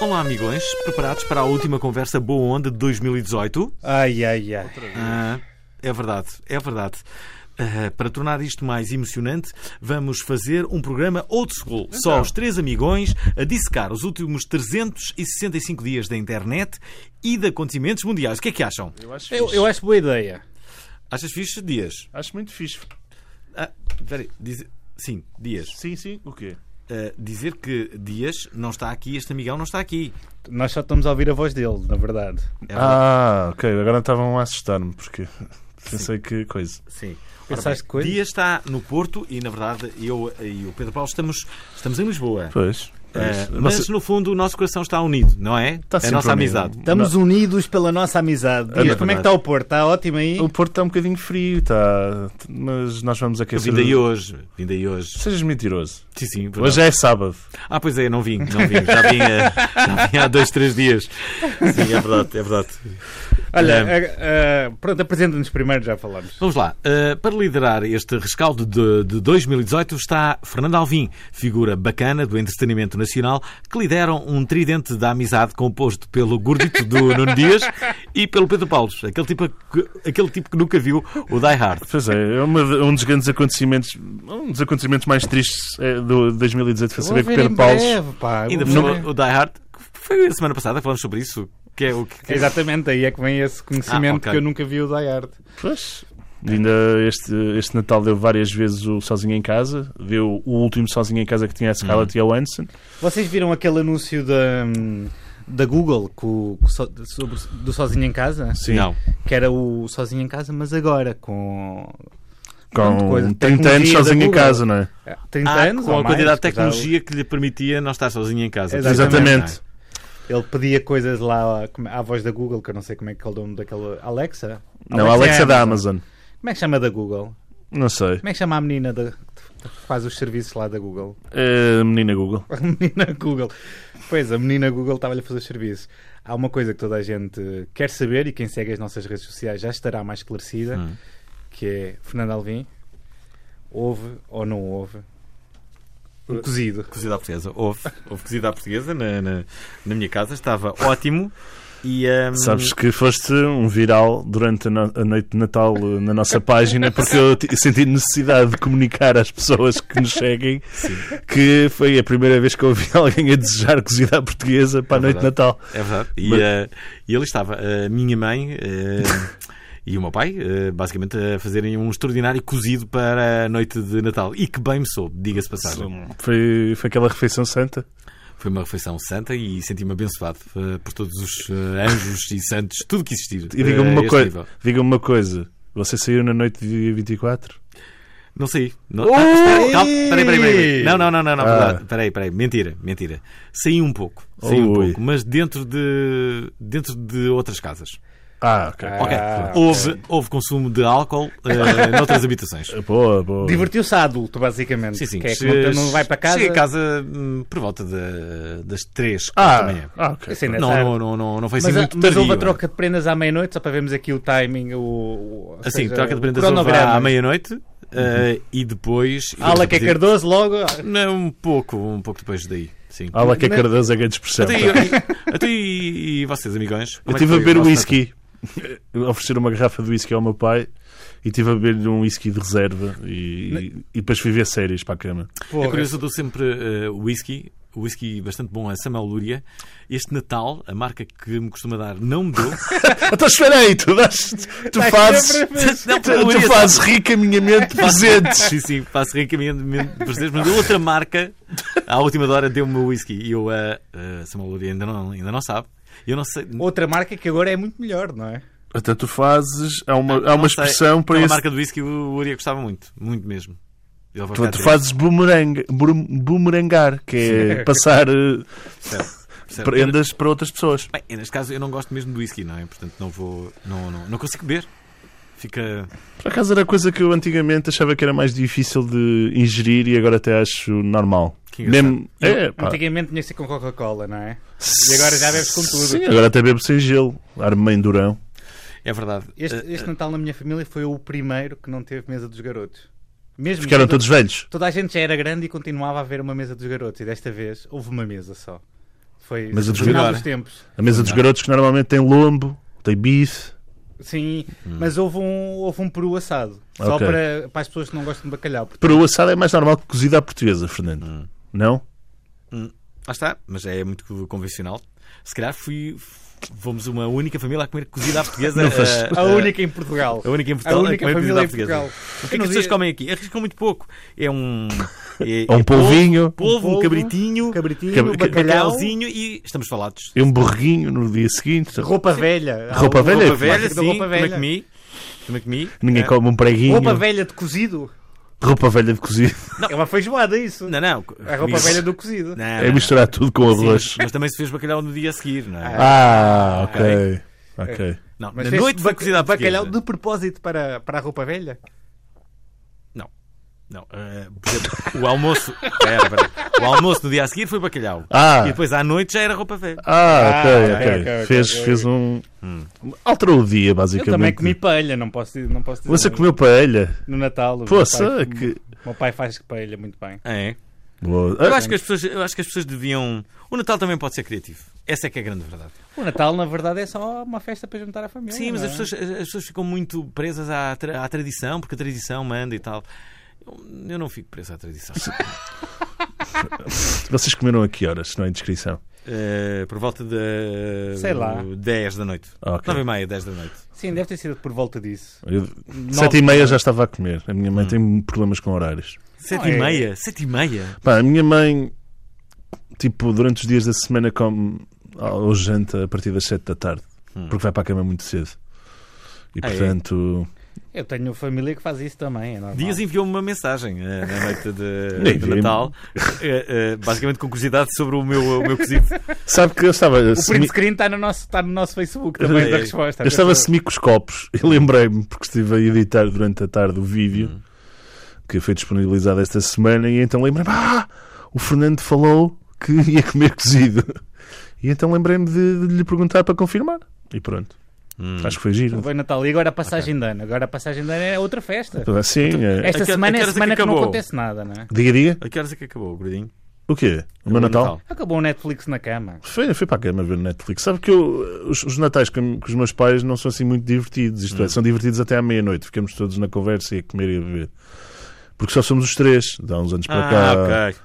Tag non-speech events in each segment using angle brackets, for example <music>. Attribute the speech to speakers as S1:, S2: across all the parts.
S1: Olá, amigões, preparados para a última conversa Boa Onda de 2018?
S2: Ai, ai, ai.
S1: Ah, é verdade, é verdade. Ah, para tornar isto mais emocionante, vamos fazer um programa old school. Só os três amigões a dissecar os últimos 365 dias da internet e de acontecimentos mundiais. O que é que acham?
S3: Eu acho
S2: Eu,
S3: fixe.
S2: eu acho boa ideia.
S1: Achas fixe? Dias.
S3: Acho muito fixe.
S1: Ah, espera aí, diz- Sim, Dias.
S3: Sim, sim, o quê?
S1: Ah, dizer que Dias não está aqui, este amigão não está aqui.
S2: Nós só estamos a ouvir a voz dele, na verdade.
S1: É verdade?
S3: Ah, ok, agora estavam a assustar-me porque <laughs> pensei que coisa.
S1: Sim.
S2: Pensaste
S1: Ora bem,
S2: coisas?
S1: Dias está no Porto e, na verdade, eu e o Pedro Paulo estamos, estamos em Lisboa.
S3: Pois.
S1: Eh,
S3: pois.
S1: mas, no fundo, o nosso coração está unido, não é? é
S3: Está
S1: a
S3: sempre
S1: nossa
S3: unido.
S1: amizade.
S2: Estamos unidos pela nossa amizade.
S3: Ah,
S2: Dias,
S3: não.
S2: como é que está o Porto? Está ótimo aí?
S3: O Porto está um bocadinho frio, está. Mas nós vamos
S1: Eu
S3: aquecer.
S1: vim daí hoje. Vim daí hoje.
S3: Sejas mentiroso.
S1: Sim, sim. verdade.
S3: Hoje é sábado.
S1: Ah, pois é, não vim. Não vim. Já vim, eh, já vim há <laughs> dois, três dias. Sim, é verdade, é verdade.
S2: Olha,
S1: Eh,
S2: ah, ah, pronto, apresenta-nos primeiro, já falamos.
S1: Vamos lá. Uh, para liderar este rescaldo de, de 2018 está Fernando Alvim, figura bacana do entretenimento nacional, que lideram um tridente da amizade composto pelo gordito
S2: <laughs>
S1: do Nuno Dias e pelo Pedro Paulo, aquele tipo, que- aquele tipo que nunca viu o Die Hard.
S3: Pois é, é uma- um dos grandes acontecimentos. Um dos acontecimentos mais tristes é, do 2018 foi saber que Pedro Paulo.
S1: Ainda por cima,
S2: é.
S1: o Die Hard, que foi a semana passada, que falamos sobre isso, que é o que... que-
S2: Exatamente, aí é que vem esse conhecimento
S1: Ah, ok.
S2: que eu nunca vi o Die Hard.
S3: Pois. Ainda este, este Natal deu várias vezes o Sozinho em Casa. Deu o último Sozinho em Casa que tinha a Scarlett
S1: Hum.
S3: Johansson.
S2: Vocês viram aquele anúncio da, hum, da Google co- co- so- sobre- do Sozinho em Casa?
S3: Sim.
S1: Não.
S2: Que era o Sozinho em Casa, mas agora com Pronto,
S3: Com
S2: coisa-
S3: 30 anos
S2: tecnologia
S3: sozinho
S2: da
S3: em
S2: Google.
S3: casa, não é?
S2: ah, 30
S1: Ah,
S2: anos.
S1: com
S2: ou
S1: a quantidade de
S2: mais, que já-
S1: tecnologia que lhe permitia não estar sozinho em casa.
S3: Exatamente.
S2: Ele pedia coisas lá como- à voz da Google, que eu não sei como é que é o nome daquela. Alexa?
S3: Não, a Alexa é da Amazon.
S2: Como é que chama da Google?
S3: Não sei.
S2: Como é que chama a menina da- que faz os serviços lá da Google? <laughs>
S3: É, menina Google.
S2: A menina Google. Pois, a menina Google estava-lhe a fazer os serviços. Há uma coisa que toda a gente quer saber e quem segue as nossas redes sociais já estará mais esclarecida,
S1: Hum.
S2: que é Fernando Alvim, houve ou não houve um cozido.
S1: Cozida à portuguesa. Houve, houve cozida à portuguesa na, na, na minha casa, estava ótimo. E, hum,
S3: Sabes que foste um viral durante a, no- a noite de Natal eh, na nossa página porque eu ti- senti necessidade de comunicar às pessoas que nos seguem que foi a primeira vez que eu ouvi <laughs> alguém a desejar cozida à portuguesa para a
S1: É
S3: noite de
S1: verdade.
S3: Natal.
S1: É verdade. E,
S3: Mas-
S1: eh, e ali estava a minha mãe eh, <laughs> e o meu pai, eh, basicamente, a fazerem um extraordinário cozido para a noite de Natal. E que bem me soube, diga-se passagem.
S3: Foi, foi aquela refeição santa.
S1: Foi uma refeição santa e senti-me abençoado eh, por todos os eh, anjos e santos, tudo que existir.
S3: E
S1: eh,
S3: digam-me
S1: a
S3: uma,
S1: este
S3: coi
S1: nível.
S3: digam-me uma coisa. Você saiu na noite de dia 24?
S1: Não sei. Não... Ah, espera, calma. Peraí, peraí, peraí, peraí. Não, não, não, não. não
S3: Ah.
S1: verdade. Peraí, peraí. Mentira, mentira. Saí um pouco. Saí um
S3: Ui.
S1: pouco, mas dentro de, dentro de outras casas.
S3: Ah, ok.
S2: Ah.
S1: Ok.
S2: ok.
S1: Houve, houve consumo de álcool
S2: <laughs>
S1: eh, noutras habitações.
S3: Boa, boa.
S2: Divertiu-se a adulto, basicamente.
S1: Sim, sim.
S2: Que é
S1: Che-
S2: que não vai para casa.
S1: Cheguei a casa hum, por volta de- das 3
S3: Ah,
S1: da manhã.
S3: ah, ok.
S2: Assim, né,
S1: Não,
S2: tarde.
S1: não, não, não, não foi assim
S2: mas, ah,
S1: muito
S2: mas
S1: tardio.
S2: houve a troca de prendas à meia-noite, só para vermos aqui o timing. O, o- ou
S1: Assim,
S2: seja,
S1: troca de
S2: o
S1: prendas houve à
S2: cronograma.
S1: meia-noite eh, e depois...
S2: Ala que é Cardoso, logo.
S1: Não, um pouco, um pouco depois daí, sim.
S3: Ah, lá que é
S2: Mas-
S3: Cardoso é grande expressão.
S1: Até então, e, até e, e vocês, amigões?
S3: Eu
S1: Como é que
S3: estive a
S1: foi
S3: beber um
S1: o vosso
S3: <laughs> whisky. Ofereceram Eh, uma garrafa de whisky ao meu pai e estive a beber um whisky de reserva e, e depois fui ver séries para
S1: <laughs>
S3: a cama.
S1: Natal? É
S2: Porra. <laughs>
S1: curioso, eu dou sempre eh, whisky, whisky bastante bom a Samuel Luria. Este Natal, a marca que me costuma dar, <laughs> não me deu.
S3: Então espera aí, tu, dás, tu
S2: Tá
S3: fazes,
S2: sempre-
S1: não, é
S3: tu, tu
S1: Luria,
S3: fazes
S1: <laughs>
S3: ricamente presentes.
S1: Sim, sim, faço ricamente presentes, mas deu outra marca, à última hora deu-me o whisky. E eu, eh, eh, Samuel Luria ainda não, ainda não sabe. Eu não sei.
S2: Outra marca que agora é muito melhor, não é?
S3: Até tu fazes, há uma, há uma
S1: Não sei.
S3: expressão para
S1: É uma
S3: isso.
S1: marca do whisky que o Uria gostava muito, muito mesmo. Ele vai
S3: Tu,
S1: ficar
S3: tu
S1: triste,
S3: fazes boomerang, boom- boomerangar, que é passar eh,
S1: percebe?
S3: prendas para outras pessoas.
S1: Bem, neste caso eu não gosto mesmo do whisky, não é? Portanto, não vou. Não, não, não consigo beber. Fica.
S3: Por acaso era coisa que eu antigamente achava que era mais difícil de ingerir e agora até acho normal.
S1: Que engraçado.
S3: Mesmo, é, pá.
S2: Antigamente tinha que ser com Coca-Cola, não é? E agora já bebes com tudo.
S3: Sim, agora até bebo sem gelo. Arma em durão.
S1: É verdade.
S2: Este,
S1: Eh,
S2: este Natal na minha família foi o primeiro que não teve mesa dos garotos. Mesmo
S3: Porque eram
S2: toda,
S3: todos velhos.
S2: toda a gente já era grande e continuava a haver uma mesa dos garotos. E desta vez houve uma mesa só. Foi
S3: Mesa dos
S2: no final
S1: garotos.
S2: dos tempos.
S3: A mesa dos garotos que normalmente tem lombo, tem bife.
S2: Sim,
S1: Hum.
S2: mas houve um, houve um peru assado. Só
S3: Ok.
S2: para, para as pessoas que não gostam
S1: <laughs>
S2: de bacalhau. porque
S3: Peru assado é mais normal que cozida à portuguesa, Fernando.
S1: Hum.
S3: Não?
S1: Lá está, mas é muito convencional. Se calhar fui. Fomos uma única família a comer cozida à portuguesa.
S3: <laughs> Não faz-
S1: eh,
S2: A
S1: eh,
S2: única em Portugal.
S1: A única em
S2: A
S1: Portugal é
S2: única
S1: comer cozida
S2: família
S1: à
S2: em
S1: portuguesa. O
S2: Portugal.
S1: que é
S2: Eu
S1: que
S2: não
S1: as pessoas
S2: vi-
S1: comem aqui? Arriscam muito pouco. É um. É,
S3: Ou um
S1: é
S3: polvinho,
S1: Polvo, polvo,
S2: polvo,
S1: um cabritinho,
S2: Cabritinho,
S3: Cab- ca-
S2: bacalhau,
S1: bacalhauzinho e estamos falados.
S3: e um borreguinho no dia seguinte.
S2: roupa
S1: Um
S2: velha. Há
S3: Roupa
S2: o-
S3: velha?
S1: Roupa
S3: é
S1: velha,
S2: clássico da
S1: sim.
S2: roupa velha.
S1: Também comi. Também comi.
S3: Ninguém come um preguinho.
S2: Roupa velha de cozido.
S3: Roupa velha de cozido.
S2: É uma feijoada isso.
S1: Não, não.
S2: A roupa velha do cozido.
S1: Não,
S3: É misturar tudo com
S1: não, não.
S3: arroz.
S1: <laughs> Sim, É. Mas também se fez bacalhau no dia a seguir, não é?
S3: Ah, ok.
S1: ok. É.
S3: Ok.
S1: Não,
S2: Mas
S1: na
S2: fez
S1: noite
S2: bac-
S1: foi cozida à
S2: bacalhau
S1: portuguesa.
S2: de propósito para, para a roupa velha?
S1: Não, eh, por exemplo, o almoço. Pera, pera. O almoço no dia a seguir foi bacalhau.
S3: Ah.
S1: E depois à noite já era roupa velha.
S3: Ah, ok,
S2: Ah,
S3: ok.
S2: ok, ok,
S3: fez,
S2: ok.
S3: fez um.
S1: Hum.
S3: Alterou o
S2: Eu
S3: dia,
S1: é
S3: basicamente.
S2: também comi paella, não posso, não posso dizer.
S3: Você comeu paella?
S2: No Natal. o meu
S3: Poça,
S2: pai-
S3: que.
S2: O meu pai faz paella muito bem.
S3: Ah,
S1: É.
S3: Boa.
S1: Eu
S3: Ah,
S1: acho que as pessoas, eu acho que as pessoas deviam. O Natal também pode ser criativo. Essa é que é a grande verdade.
S2: O Natal, na verdade, é só uma festa para juntar a família.
S1: Sim, mas
S2: não
S1: as
S2: é?
S1: pessoas, as as pessoas ficam muito presas à, tra- à tradição, porque a tradição manda e tal. Eu, eu não fico preso à
S2: <laughs>
S1: tradição.
S3: Vocês comeram a que horas? se Não é indiscrição.
S1: Eh, por volta de.
S2: Sei lá.
S1: 10 da noite.
S3: Ok.
S1: 9 e meia, 10 da noite.
S2: Sim, deve ter sido por volta disso.
S3: Eu-
S2: Nove-
S3: Sete e meia já estava a comer. A minha mãe tem problemas com horários.
S1: 7
S2: é-
S1: e meia? 7 e meia?
S3: Pá, a minha mãe, tipo, durante os dias da semana come ou janta a partir das sete da tarde. Porque vai para a cama muito cedo. E
S1: Ah, é?
S3: portanto.
S2: Eu tenho família que faz isso também, é normal.
S1: Dias enviou-me uma mensagem eh, na noite de,
S3: Nem
S1: de
S3: vi.
S1: Natal, eh, eh, basicamente com curiosidade sobre o meu, o meu cozido.
S3: Sabe que eu estava.
S2: O print screen está no nosso, está no nosso Facebook também
S1: É,
S2: da resposta.
S3: Eu estava a semi com os copos <laughs> e lembrei-me, porque estive a editar durante a tarde o vídeo que foi disponibilizado esta semana, e então lembrei-me: ah, o Fernando falou que <laughs> ia comer cozido. E então lembrei-me de, de lhe perguntar para confirmar. E pronto,
S1: Hum.
S3: acho que foi giro.
S2: Foi Natal. E agora a passagem de ano. Agora a passagem de ano é outra festa.
S3: Assim, é...
S2: Esta
S1: Aquela-
S2: semana é a
S1: aquela
S2: semana
S1: que
S2: que, não
S1: acabou.
S2: acontece nada, não é?
S3: Diga, diga.
S1: A que horas é que acabou, gordinho?
S3: O quê? O meu Natal?
S2: Acabou o Netflix na cama.
S3: Foi, fui para a cama ver Netflix. Sabe que eu, os, os natais com, com os meus pais não são assim muito divertidos. Isto
S1: Hum.
S3: é, são divertidos até à meia-noite. Ficamos todos na conversa e a comer e a beber. Porque só somos os três, de há uns anos para cá.
S1: Ah, ok.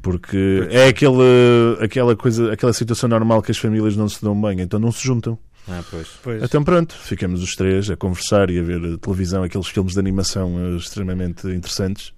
S3: Porque é aquele, aquela coisa, aquela situação normal que as famílias não se dão bem, então não se juntam.
S1: Ah, pois.
S2: Pois.
S3: Então pronto, ficamos os três a conversar e a ver a televisão, aqueles filmes de animação eh, extremamente interessantes.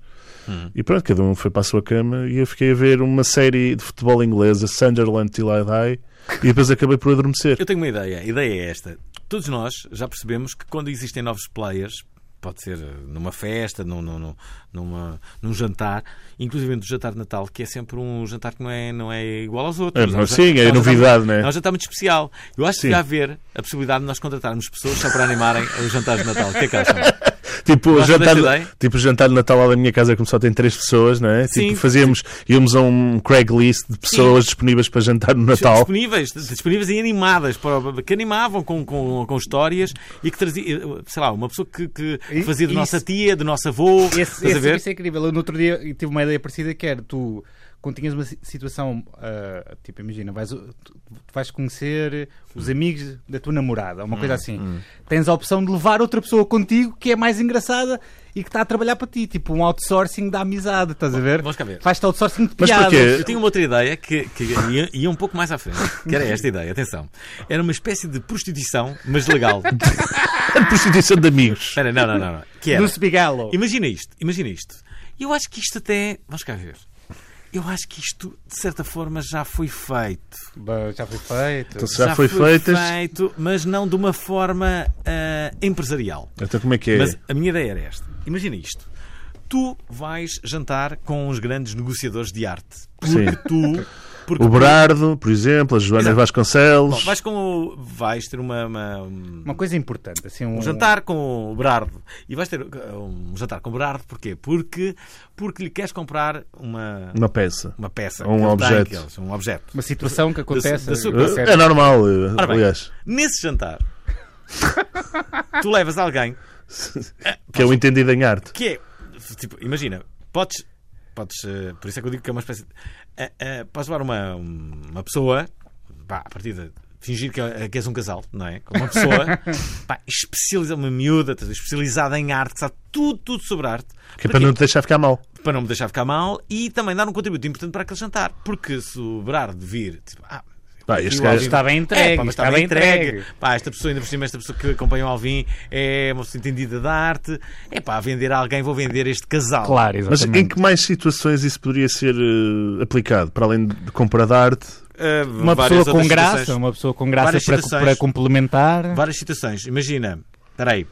S1: Hum.
S3: E pronto, cada um foi para a sua cama e eu fiquei a ver uma série de futebol inglesa, Sunderland Till I Die, e depois acabei por adormecer.
S1: Eu tenho uma ideia. A ideia é esta. Todos nós já percebemos que quando existem novos players, pode ser eh, numa festa, num, num, num- numa, num jantar, inclusive no jantar de Natal, que é sempre um jantar que não é, não é igual aos outros.
S3: É, não,
S1: um jan-
S3: sim, é
S1: um jantar
S3: novidade,
S1: muito-
S3: né?
S1: É um jantar muito especial. Eu acho
S3: Sim.
S1: que devia haver a possibilidade de nós contratarmos pessoas só para animarem os jantares de Natal. O que é que acham?
S3: Tipo o
S1: Gosto
S3: jantar,
S1: dessa ideia?
S3: tipo, o jantar de Natal lá da minha casa, como só tem três pessoas, não é?
S1: Sim.
S3: Tipo, fazíamos, íamos a um Craigslist de pessoas disponíveis para jantar no Natal.
S1: Disponíveis, disponíveis e animadas, para- que animavam com, com, com histórias e que traziam, sei lá, uma pessoa que, que
S2: E-
S1: fazia de
S2: isso-
S1: nossa tia, de nosso avô.
S2: Esse,
S1: estás a
S2: esse
S1: ver?
S2: serviço é incrível. Eu no outro dia tive uma ideia parecida que era tu, quando tinhas uma si- situação, ah, tipo, imagina, vais, tu- tu vais conhecer os amigos da tua namorada, uma
S1: Hum,
S2: coisa assim. Tens a opção de levar outra pessoa contigo que é mais engraçada e que está a trabalhar para ti, tipo um outsourcing da amizade, estás a ver?
S1: vamos cá ver.
S2: Faz-te outsourcing de
S3: Mas
S2: piadas.
S3: porquê?
S1: Eu tinha uma outra ideia que, que ia, ia um pouco mais à frente, que era esta ideia, atenção. Era uma espécie de prostituição, mas <laughs> legal.
S3: <laughs> A prostituição de amigos.
S1: Espera, não, não, não, não. Que era.
S2: É. No Spigalo.
S1: Imagina isto, imagina isto. Eu acho que isto até. Vamos cá ver. Eu acho que isto, de certa forma, já foi feito.
S2: Bem, Já foi feito.
S3: Então, já, foi, feitas.
S1: feito, mas não de uma forma ah, empresarial.
S3: Então como é que é?
S1: Mas a minha ideia era esta. Imagina isto. Tu vais jantar com os grandes negociadores de arte. Porque
S3: Sim.
S1: tu. Porque
S3: O
S1: tu-
S3: Brardo, por exemplo, a Joana
S1: Exato. Bom,
S3: Vasconcelos.
S1: vais, com o- vais ter uma, uma- um
S2: Uma coisa importante, assim, um,
S1: jantar com o Berardo. E vais ter uh, um jantar com o Berardo porquê? Porque, porque lhe queres comprar uma,
S3: Uma peça.
S1: uma peça.
S3: Ou um
S1: que ele tem,
S3: objeto.
S1: que eles- um objeto.
S2: uma situação que acontece.
S1: da Ah, sua-
S2: na série.
S3: É normal, eh,
S1: Ora bem.
S3: aliás.
S1: Nesse jantar, <laughs> tu levas alguém
S3: Que é o entendido em arte.
S1: que é, tipo, imagina, podes, podes, eh, por isso é que eu digo que é uma espécie de, eh, eh, podes levar uma, uma pessoa, pá, a partir de fingir que, é- que és um casal, não é? Com uma pessoa,
S3: <laughs>
S1: pá, especializada, uma miúda, estás a ver, especializada em arte, que sabe tudo, tudo sobre arte,
S3: Que é para não te deixar ficar mal.
S1: para não me deixar ficar mal e também dar um contributo importante para aquele jantar, porque se o Berardo vir, tipo, ah,
S3: Pá, este
S1: Eu
S3: gajo
S1: ouvi-
S3: está...
S2: Está bem entregue.
S1: é, pá, mas
S2: está bem entregue.
S1: Pá, esta pessoa, ainda por cima, esta pessoa que acompanha o Alvin é uma pessoa entendida da arte. É pá, a vender a alguém, vou vender este casal.
S2: Claro,
S3: Mas
S2: exatamente.
S3: em que mais situações isso poderia ser eh, aplicado? Para além de compra de arte?
S1: Uh,
S2: Uma
S1: várias
S2: pessoa com
S1: outras
S2: graça,
S1: situações.
S2: uma pessoa com graça
S1: Várias
S2: para,
S1: situações.
S2: para complementar.
S1: Várias situações. Imagina, espera aí,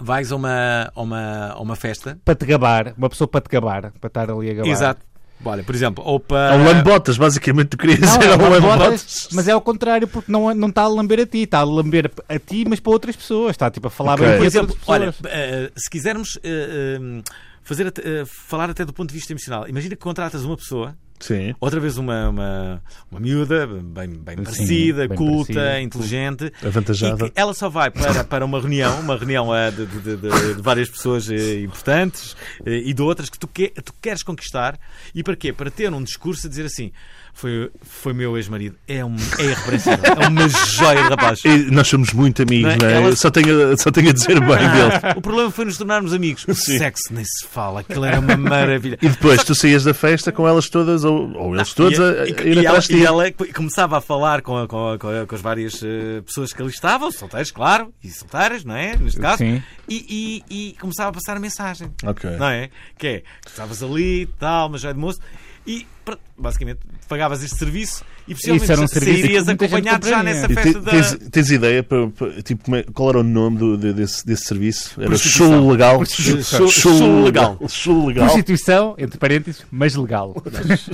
S1: vais a uma, a uma, a uma festa.
S2: Para te gabar, uma pessoa para te gabar, para estar ali a gabar.
S1: Exato. Olha, por exemplo, ou
S3: É
S1: para.
S3: um lambotas, basicamente. Tu querias
S2: Não,
S3: dizer
S2: é
S3: é um
S2: uma bola,
S3: lambotas?
S2: mas é ao contrário, porque não, é- não está a lamber a ti, está a lamber a ti, mas para outras pessoas. Está tipo a falar
S3: Ok.
S2: bem
S1: por
S2: para
S1: exemplo,
S2: outras
S1: olha,
S2: pessoas.
S1: eh, se quisermos eh, eh, fazer até- eh, falar até do ponto de vista emocional, imagina que contratas uma pessoa,
S3: Sim.
S1: outra vez uma, uma, uma miúda, bem, bem parecida,
S2: bem
S1: culta,
S2: parecida.
S1: inteligente,
S3: Avantajada.
S1: E que ela só vai para, para uma reunião, uma reunião ah, de, de- de- de- de várias pessoas eh, importantes eh, e de outras que tu, que tu queres conquistar. E para quê? Para ter um discurso a dizer assim: foi, foi meu ex-marido, é, um, é irrepreensível, é uma joia de rapaz.
S3: E nós somos muito amigos,
S1: Não
S3: não
S1: é?
S3: é?
S1: Ela-
S3: Só, tenho, só tenho a dizer
S1: <laughs>
S3: bem dele.
S1: Ah, o problema foi nos tornarmos amigos. O
S3: Sim.
S1: sexo nem se fala, aquilo era uma maravilha.
S3: E depois tu saías da festa com elas todas, ou, ou eles todos, a, a
S1: Ah, e,
S3: ir
S1: e ela,
S3: atrás de ti.
S1: e ela co- começava a falar com, a- com, a- com, a- com as várias eh, pessoas que ali estavam, solteiros, claro, e solteiras, não é? Neste caso.
S2: Sim.
S1: E, e- e começava a passar a mensagem,
S3: Ok.
S1: não é? Que é, que estavas ali, tal, mas já é de moço, e pr- basicamente pagavas este serviço e possivelmente
S2: Isso era um
S1: sa-
S2: serviço
S1: sairias
S2: que muita gente
S1: acompanhado já
S2: compraria.
S1: nessa
S3: E
S1: festa
S3: te-
S1: da.
S3: tens, tens ideia para, para- tipo, como é- qual era o nome do- de- desse, desse serviço? Era
S1: Prostituição.
S3: show legal.
S1: Show- show legal.
S3: Show legal.
S2: Prostituição, entre parênteses, mas legal.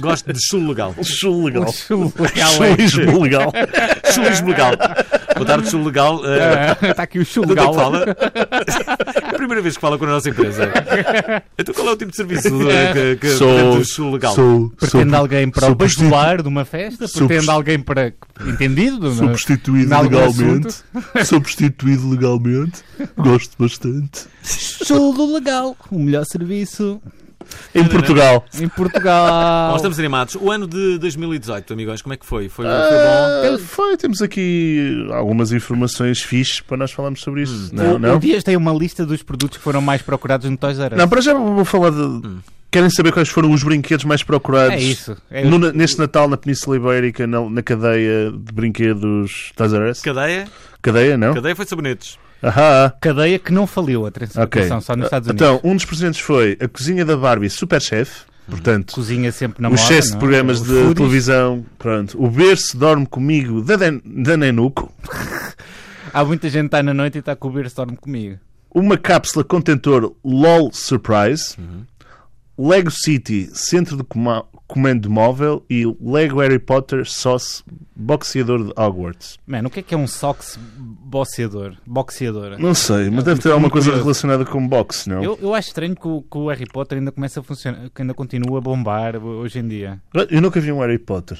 S1: Gosto de chulo legal.
S3: Show legal.
S1: <laughs>
S2: Legal é.
S3: Chulismo legal.
S1: Chulismo legal. Boa tarde, chulo legal. eh,
S3: É,
S2: Está aqui o
S1: Não tem
S2: chulegal.
S1: que fala. É a primeira vez que fala com a nossa empresa. Então qual é o tipo de serviço eh, que, que pretende o sul legal?
S3: sou,
S2: É, Pretende
S3: <laughs>
S2: alguém para o
S3: sou prostitu-
S2: bajular de uma festa?
S3: Sou
S2: Pretende
S3: prostitu-
S2: alguém para. Entendido?
S3: Sou
S2: não é? Em
S3: prostituído
S2: algum
S3: legalmente. Sou prostituído legalmente. Gosto bastante.
S2: Chulo legal. O melhor serviço
S3: Em Portugal.
S2: em Portugal.
S1: Nós estamos animados. O ano de 2018, amigões, como é que foi? Foi, foi bom?
S3: Ah, foi, temos aqui algumas informações fixes para nós falarmos sobre
S1: Hum.
S3: isso.
S2: O-
S3: Não,
S2: O
S3: não.
S2: Dias tem uma lista dos produtos que foram mais procurados no Toys R Us.
S3: Não, para já vou falar
S1: Hum.
S3: de. Querem saber quais foram os brinquedos mais procurados
S2: É isso. É
S3: no- neste Natal na Península Ibérica, na, na cadeia de brinquedos Toys R Us?
S1: Cadeia?
S3: Cadeia, não?
S1: Cadeia foi sabonetes.
S3: Ahá.
S2: Cadeia que não faliu, atenção,
S3: Ok.
S2: atenção, só nos Estados Unidos.
S3: Então, um dos presentes foi a cozinha da Barbie Superchef, portanto,
S2: Cozinha sempre na
S3: o
S2: moda. não
S3: excesso de
S2: é?
S3: programas
S2: Os
S3: de
S2: foodies.
S3: televisão, pronto. O berço dorme comigo da, Den da Nenuco.
S2: Há muita gente que está na noite e está com o Beerstorm comigo.
S3: Uma cápsula contentor LOL Surprise.
S2: Uhum.
S3: Lego City, centro de coma- comando móvel e Lego Harry Potter Sauce Boxeador de Hogwarts.
S2: Mano, o que é que é um socks boxeador? Boxeadora?
S3: Não sei, mas deve ter
S2: É, muito
S3: alguma coisa
S2: curioso.
S3: relacionada com boxe, não?
S2: Eu, eu acho estranho que o, que o Harry Potter ainda começa a funcionar, que ainda continua a bombar hoje em dia.
S3: Eu nunca vi um Harry Potter.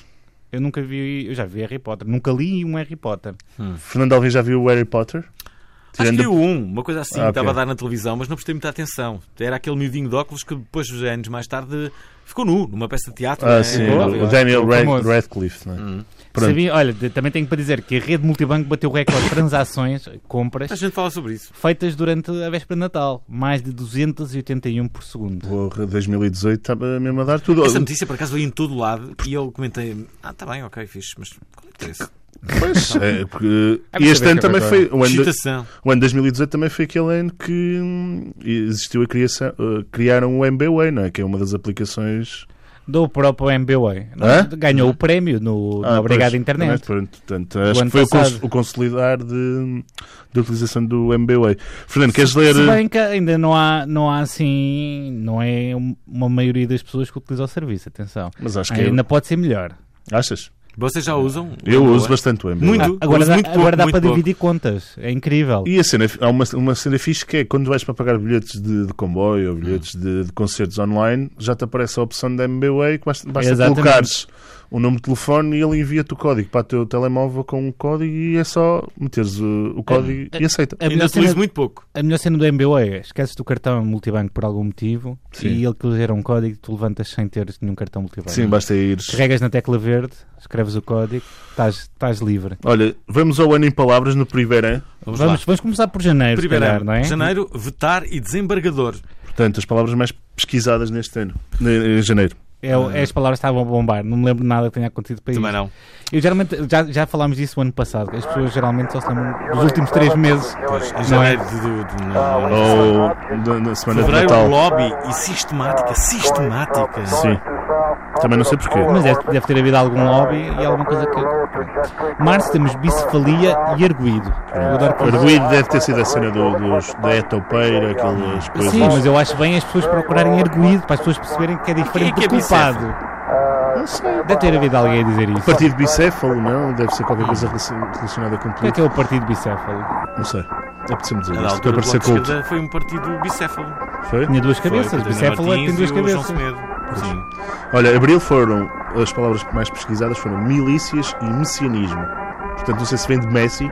S2: Eu nunca vi, eu já vi Harry Potter, nunca li um Harry Potter.
S3: Fernando Alvim já viu o Harry Potter?
S1: Acho que viu
S3: Tirando-
S1: um, uma coisa assim,
S3: Ah, ok.
S1: estava a dar na televisão, mas não prestei muita atenção. Era aquele miudinho de óculos que depois, anos mais tarde, ficou nu, numa peça de teatro.
S3: Ah,
S1: né?
S3: sim,
S1: Em Nova
S3: o
S1: Iorque.
S3: Daniel
S2: É O
S3: Rad-
S2: famoso.
S3: Radcliffe, não é? Pronto.
S2: Sabia, olha, de- também tenho para dizer que a rede multibanco bateu o recorde de transações, compras,
S1: A gente fala sobre isso.
S2: feitas durante a véspera de Natal. Mais de 281 por segundo.
S3: Porra, 2018 estava mesmo a dar tudo.
S1: Essa notícia, por acaso, veio em todo lado e eu comentei: Ah, está bem, ok, fixe, mas qual é que é isso?
S3: Pois, é, porque-
S2: É
S3: e este
S2: perceber
S3: ano
S2: que é
S3: também
S2: verdade.
S3: foi. O ano, de,
S1: Excitação.
S3: o ano 2018 também foi aquele ano que eh, hum, existiu a criação. uh, criaram o MBWay, não é? Que é uma das aplicações
S2: do próprio MBWay.
S3: Hã?
S2: é? Ganhou o prémio no,
S3: Ah,
S2: no Obrigado
S3: pois,
S2: Internet.
S3: também, pronto, portanto, acho
S2: ano
S3: que foi o cons-
S2: passado.
S3: o consolidar de, da utilização do MBWay. Fernando, queres ler?
S2: Se bem que ainda não há, não há assim, não é um- uma maioria das pessoas que utiliza o serviço, atenção.
S3: Mas acho que é-
S2: Ainda pode ser melhor.
S3: Achas?
S1: Vocês já usam?
S3: Eu
S1: Boa.
S3: uso bastante o MBWay.
S1: Muito.
S2: Ah, agora
S1: uso
S2: dá,
S1: muito pouco,
S2: agora dá
S1: muito
S2: para
S1: pouco.
S2: dividir contas, é incrível.
S3: E a cena, há uma, uma cena fixe que é quando vais para pagar bilhetes de, de comboio ou bilhetes de, de concertos online, já te aparece a opção da MBWay que basta, basta
S2: Exatamente.
S3: colocares o nome de telefone e ele envia-te o código para o teu telemóvel com o código e é só meteres o, o código
S2: É-
S3: e aceita.
S2: A
S1: Ainda
S2: melhor,
S1: utilizo
S2: cena,
S1: muito pouco.
S2: a melhor cena do MBO é esqueces do cartão multibanco por algum motivo
S3: Sim.
S2: e ele que gera um código e tu levantas sem teres nenhum cartão multibanco.
S3: Sim, basta ires.
S2: Carregas na tecla verde, escreves o código, estás, estás livre.
S3: Olha, vamos ao ano em palavras no primeiro ano.
S1: Vamos, lá.
S2: Vamos, vamos começar por janeiro, se
S1: Primeiro,
S2: calhar, não é?
S1: janeiro, vetar e desembargador.
S3: Portanto, as palavras mais pesquisadas neste ano, ne- em janeiro.
S2: É, o- é as palavras que estavam a bombar, não me lembro de nada que tenha acontecido para
S1: Ah. Também
S2: isto.
S1: não.
S2: Eu geralmente, já, já falámos disso o ano passado, as pessoas geralmente só se lembram dos últimos três meses.
S1: Pois, em
S2: Não é?
S1: janeiro de, de- de- não, não.
S3: Ou na, na semana de
S1: Fevereiro,
S3: Ah, Natal.
S1: lobby e sistemática. Sistemática.
S3: Sim. Também não sei porquê.
S2: Mas é- deve, deve ter havido algum hobby e alguma coisa que. Março temos bicefalia e arguído. Eu adoro
S3: O
S2: coisas-
S3: arguído deve ter sido a cena do, dos, da etopeira, aquelas coisas.
S2: Sim, mas eu acho bem as pessoas procurarem arguído para as pessoas perceberem que é diferente
S1: que é
S2: do
S1: bicéfalo?
S2: culpado. Deve ter havido alguém a dizer isso.
S3: Partido bicéfalo, não? Deve ser qualquer coisa relacion- relacionada com
S2: O que é que
S3: política.
S2: é o partido bicéfalo?
S3: Não sei. Apetece-me dizer
S1: A da
S3: isto. Para
S1: altura do
S3: parecer
S1: Bloco de
S3: culto.
S1: Esquerda foi um partido bicéfalo.
S3: Foi?
S2: Tinha duas
S1: Foi
S2: cabeças.
S1: Pedro
S2: Bicéfalo é que tem
S1: Martins
S2: duas
S1: e o João
S2: cabeças.
S1: Semedo. Sim.
S3: Olha, abril foram. As palavras mais pesquisadas foram milícias e messianismo. Portanto, não sei se vem de Messi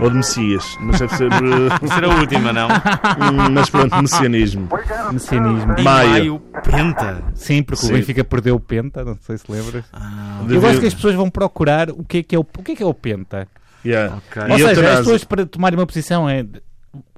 S3: ou de Messias. Mas deve ser. eh,
S1: Será a última,
S2: <laughs>
S1: não?
S3: hum, <laughs> mas pronto, messianismo.
S2: Ah, Messianismo.
S1: Em
S3: Maio.
S1: maio, penta.
S2: Sim, porque
S3: Sim.
S2: o Benfica perdeu o Penta, não sei se lembras.
S1: Ah,
S2: Eu acho que as pessoas vão procurar o que é que é o, o, que é que é o Penta.
S3: Yeah.
S1: ok.
S3: E
S2: Ou seja,
S3: eutanásia.
S2: as pessoas para tomarem uma posição é. de-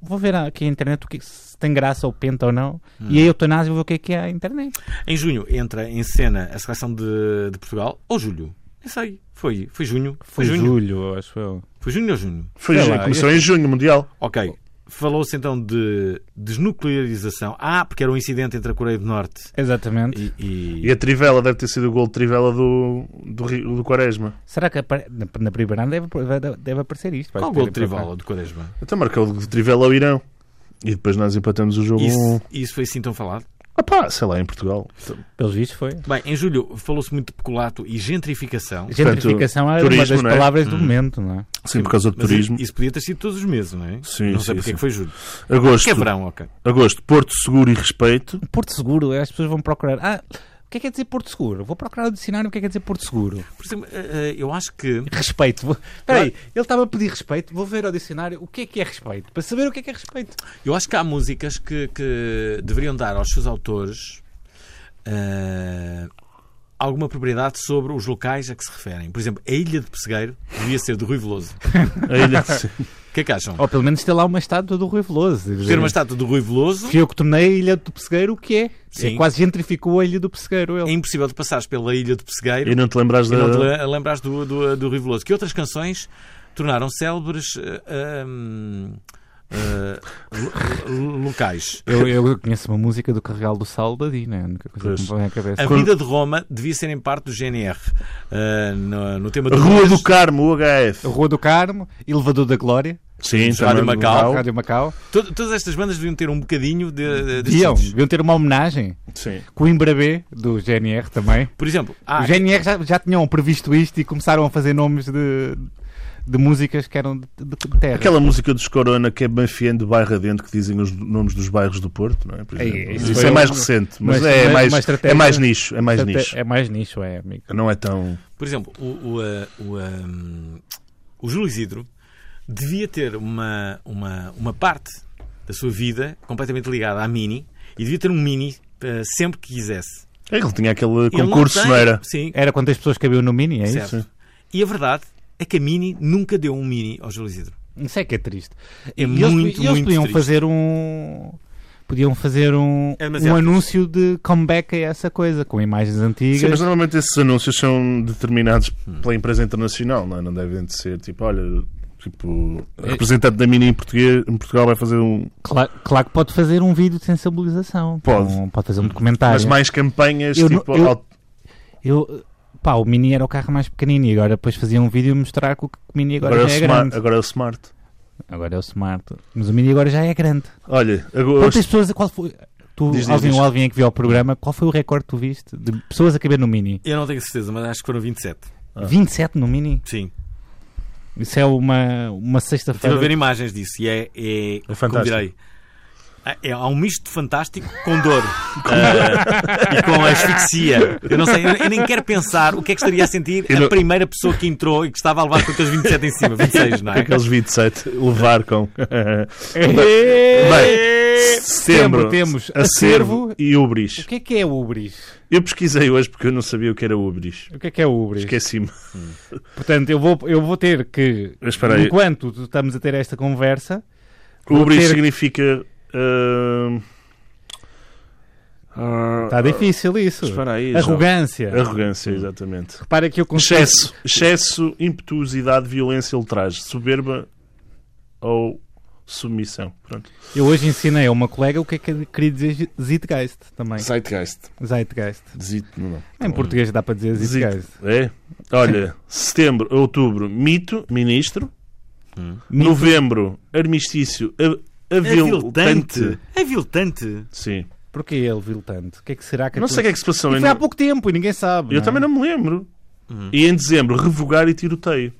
S2: Vou ver aqui a internet o que, se tem graça ou penta ou não. E aí a eutanásia vou ver o que é que é a internet.
S1: Em junho entra em cena a seleção de, de Portugal ou julho? Não sei. Foi, foi junho. Foi, junho.
S2: julho, acho eu.
S1: Foi junho ou junho?
S3: Foi
S2: Sei
S3: junho,
S2: lá,
S3: começou em junho, Mundial.
S1: Ok. Falou-se então de desnuclearização. Ah, porque era um incidente entre a Coreia do Norte
S2: Exatamente.
S1: e. e-
S3: E a Trivela deve ter sido o gol de Trivela do, do, Ri- do Quaresma.
S2: Será que apare- na, na primeira ano deve, deve- deve aparecer isto?
S1: Qual o gol de Trivala do Quaresma?
S3: Até Então marcou o de Trivela ao Irão. E depois nós empatamos o jogo. um.
S1: Isso, isso foi assim tão falado?
S3: Ah pá, sei lá, em Portugal.
S2: Pelos vistos foi.
S1: Bem, em julho falou-se muito de peculato e gentrificação.
S2: Gentrificação era uma
S3: turismo,
S2: das
S3: não é?
S2: palavras do momento, não é?
S3: Sim, por causa do
S1: Mas
S3: turismo.
S1: Isso podia ter sido todos os meses, não é?
S3: Sim,
S1: não sei
S3: sim,
S1: porque
S3: sim.
S1: é que foi julho.
S3: Agosto,
S1: Que é verão, ok.
S3: agosto, Porto Seguro e Respeito.
S2: Porto Seguro, as pessoas vão procurar. Ah, o que é que quer dizer Porto Seguro? Vou procurar o dicionário o que é que quer dizer Porto Seguro.
S1: Por exemplo, eh, eh, eu acho que.
S2: Respeito. Vou- Peraí, ele estava a pedir respeito, vou ver ao dicionário o que é que é respeito, para saber o que é que é respeito.
S1: Eu acho que há músicas que, que deveriam dar aos seus autores eh, alguma propriedade sobre os locais a que se referem. Por exemplo, a Ilha de Pessegueiro devia ser de Rui Veloso. <laughs>
S3: A ilha de...
S1: O que é que acham?
S3: Oh,
S2: Ou pelo menos ter lá uma estátua do Rui Veloso.
S1: Ter uma estátua de Rui Veloso
S2: Fui eu que tornei a Ilha do Pessegueiro o que é.
S1: Sim.
S2: É, quase gentrificou a Ilha do Pessegueiro
S1: é
S2: ele.
S1: impossível de passares pela Ilha de Pessegueiro
S3: E não te lembras
S1: e
S3: da.
S1: não te le- lembrares do, do, do Rui Veloso. Que outras canções tornaram célebres eh, ahm, eh, lo- lo- locais?
S2: Eu, eu conheço uma música do Carregal do Saudadina, é a única coisa
S3: Pois.
S2: que me vem à cabeça.
S1: A
S3: Quando-
S1: vida de Roma devia ser em parte do GNR. eh, no, no tema do
S3: Rua do Carmo, UHF.
S2: Rua do Carmo, Elevador da Glória,
S3: Sim,
S1: Rádio
S3: também-
S1: Macau.
S2: Rádio Macau.
S1: Tod- todas estas bandas deviam ter um bocadinho de, de, destes
S2: Deviam,
S1: sítios.
S2: deviam ter uma homenagem.
S3: Sim.
S2: Coimbra B, do GNR também.
S1: Por exemplo, ah, há,
S2: Os GNR já, já tinham previsto isto e começaram a fazer nomes de, de músicas que eram de, de- de terra.
S3: Aquela música dos Corona que é Banfiando bairro adentro, que dizem os nomes dos bairros do Porto, não é? Por
S2: É,
S3: exemplo.
S2: isso
S3: isso
S2: foi
S3: é mais
S2: um-
S3: recente, mas,
S2: mas-
S3: é,
S2: mas-
S3: mais,
S2: uma
S3: é
S2: estratégia-
S3: mais nicho. É mais
S2: Portanto, é-
S3: nicho.
S2: É mais nicho, é, amigo.
S3: Não é tão.
S1: por exemplo, o, o, ah, o, ah, o Júlio Isidro devia ter uma, uma, uma parte da sua vida completamente ligada à Mini e devia ter um Mini ah, sempre que quisesse.
S3: É que ele tinha aquele
S1: Ele não
S3: concurso,
S1: tem-
S3: não era?
S1: Sim,
S2: Era quantas pessoas cabiam no Mini, um é isso?
S1: certo. E a verdade é que a Mini nunca deu um Mini ao Júlio Isidro.
S2: Isso é que é triste.
S1: É
S2: e eles,
S1: muito,
S2: e eles
S1: muito
S2: podiam
S1: triste.
S2: fazer um. Podiam fazer um,
S1: É
S2: um
S1: demasiado
S2: anúncio de comeback a essa coisa, com imagens antigas.
S3: Sim, mas normalmente esses anúncios são determinados pela empresa internacional, não, é? não devem de ser tipo, olha, tipo,
S2: É-
S3: representante da Mini em, português, em Portugal vai fazer um.
S2: Claro, claro que pode fazer um vídeo de sensibilização.
S3: Pode.
S2: Um- pode fazer um documentário.
S3: Mas mais campanhas
S2: Eu
S3: tipo
S2: não- eu-
S3: al-
S2: Eu, pá, o Mini era o carro mais pequenino e agora depois fazia um vídeo mostrar que o Mini agora,
S3: Agora, é o
S2: já é
S3: smart,
S2: grande.
S3: agora é o Smart.
S2: Agora é o Smart. Mas o Mini agora já é grande.
S3: Olha, agora,
S2: Quantas pessoas, qual foi... Tu,
S3: Diz, diz,
S2: Alvin,
S3: diz.
S2: o Alvin é que viu o programa, qual foi o recorde que tu viste de pessoas a caber no Mini?
S1: Eu não tenho certeza, mas acho que foram 27.
S3: Ah.
S2: 27 no Mini?
S1: Sim.
S2: Isso é uma,
S1: Estive a
S2: uma
S1: ver
S2: sexta-feira.
S1: imagens disso e é. É, como
S3: fantástico.
S1: direi, há- é, há um misto de fantástico com
S2: <laughs>
S1: dor ah, e com asfixia. Eu não sei, eu, eu nem quero pensar o que é que estaria a sentir
S3: Eu
S1: a
S3: não-
S1: primeira pessoa que entrou e que estava a levar com aqueles 27 em cima, 26, não
S3: com
S1: é?
S3: aqueles 27, levar
S2: <laughs>
S3: com. Bem,
S2: Bem,
S3: setembro,
S2: temos
S3: acervo
S2: Acervo.
S3: e
S2: O
S3: ubris.
S2: que é que é o Ubris?
S3: Eu pesquisei hoje porque eu não sabia o que era ubris.
S2: O que é que é o Ubris?
S3: Esqueci-me.
S2: Portanto, eu vou, eu vou ter que,
S3: Mas espera aí.
S2: enquanto tu- estamos a ter esta conversa, Vou
S3: Ubris
S2: ter-
S3: significa. ah, ah,
S2: está difícil isso.
S3: espera aí, já.
S2: Arrogância.
S3: Arrogância, exatamente.
S2: Repara que eu consigo.
S3: Excesso, excesso, impetuosidade, violência, ultraje, soberba ou submissão. Pronto.
S2: Eu hoje ensinei a uma colega o que é que queria dizer Zeitgeist também.
S3: Zeitgeist.
S2: Zeitgeist.
S3: Zit, não, não.
S2: Em português dá para dizer
S3: Zit-
S2: Zeitgeist.
S3: É? Olha, setembro, outubro, mito, ministro. Hum.
S2: Mito.
S3: Novembro, armistício, a- É aviltante.
S1: Aviltante. Aviltante.
S3: Sim.
S2: Porquê ele viu tanto? O que é que será que
S3: Não sei o que é que se passou.
S2: E
S3: em-
S2: foi há pouco tempo e ninguém sabe. é?
S3: Eu também não me lembro. E em dezembro, revogar e tiroteio.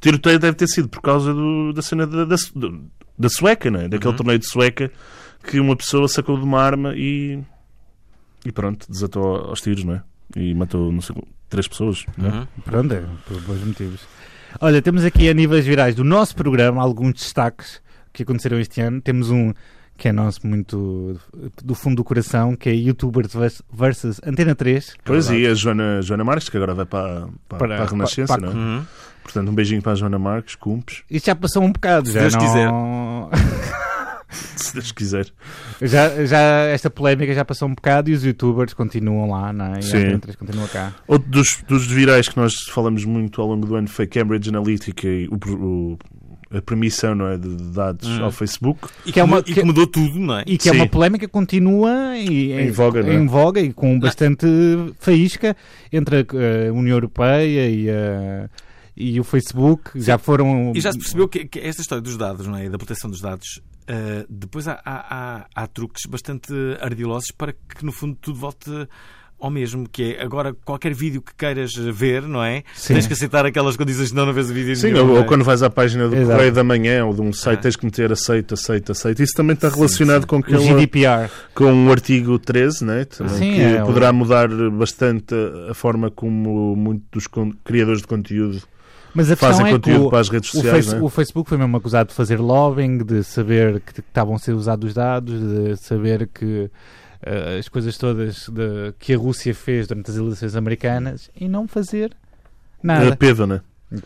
S3: Tiroteio deve ter sido por causa do- da cena da, da, do- da sueca, não é? Daquele torneio de sueca que uma pessoa sacou de uma arma e. E pronto, desatou aos tiros, não é? E matou, não sei, qu- três pessoas. Não é?
S1: Uhum.
S2: Pronto, é, por bons motivos. Olha, temos aqui a níveis virais do nosso programa alguns destaques que aconteceram este ano. Temos um que é nosso muito do fundo do coração, que é YouTubers vers- versus Antena 3.
S3: Pois é. e a Joana, Joana Marques, que agora vai para,
S2: Para-
S3: para, para a Renascença,
S2: para-
S3: não é? Portanto, um beijinho para a Joana Marques, cumpes,
S2: Isto já passou um bocado, já
S1: Deus
S2: não...
S1: quiser.
S3: <laughs> se Deus quiser.
S2: <laughs> Já, já esta polémica já passou um bocado e os youtubers continuam lá, não é? E
S3: Sim.
S2: a Antena 3 continua cá.
S3: Outro dos, dos virais que nós falamos muito ao longo do ano foi Cambridge Analytica e o, o- a permissão não é, de de dados
S1: Hum.
S3: ao Facebook.
S1: E que,
S2: Que é uma-
S1: mu- e que mudou tudo, não é?
S2: E que é
S3: Sim.
S2: uma polémica que continua e,
S3: Em voga, não é?
S2: em voga e com bastante faísca entre eh, a, a União Europeia e, a- e o Facebook. Já foram.
S1: E já se percebeu que, que esta história dos dados, não é? Da proteção dos dados, ah, depois há, há, há- há truques bastante ardilosos para que, no fundo, tudo volte ao mesmo, que é agora qualquer vídeo que queiras ver, não é?
S2: Sim.
S1: Tens que aceitar aquelas condições, senão não vês o vídeo
S3: Sim,
S1: nenhum,
S3: ou,
S1: não
S3: ou
S1: é?
S3: quando vais à página do
S2: Exato.
S3: Correio da Manhã ou de um site,
S1: Ah.
S3: tens que meter aceito, aceito, aceito. Isso também está relacionado com
S2: o
S3: aquele.
S2: GDPR.
S3: com o artigo 13, né, também,
S2: Sim,
S3: que
S2: é,
S3: poderá mudar bastante a- a forma como muitos dos con- criadores de conteúdo
S2: Mas a questão
S3: fazem
S2: é que
S3: conteúdo
S2: o,
S3: para as redes
S2: o,
S3: sociais.
S2: Face-
S3: né?
S2: o Facebook foi mesmo acusado de fazer lobbying, de saber que estavam a ser usados os dados, de saber que eh, as coisas todas de- que a Rússia fez durante as eleições americanas e não fazer nada.
S3: A Peva, né?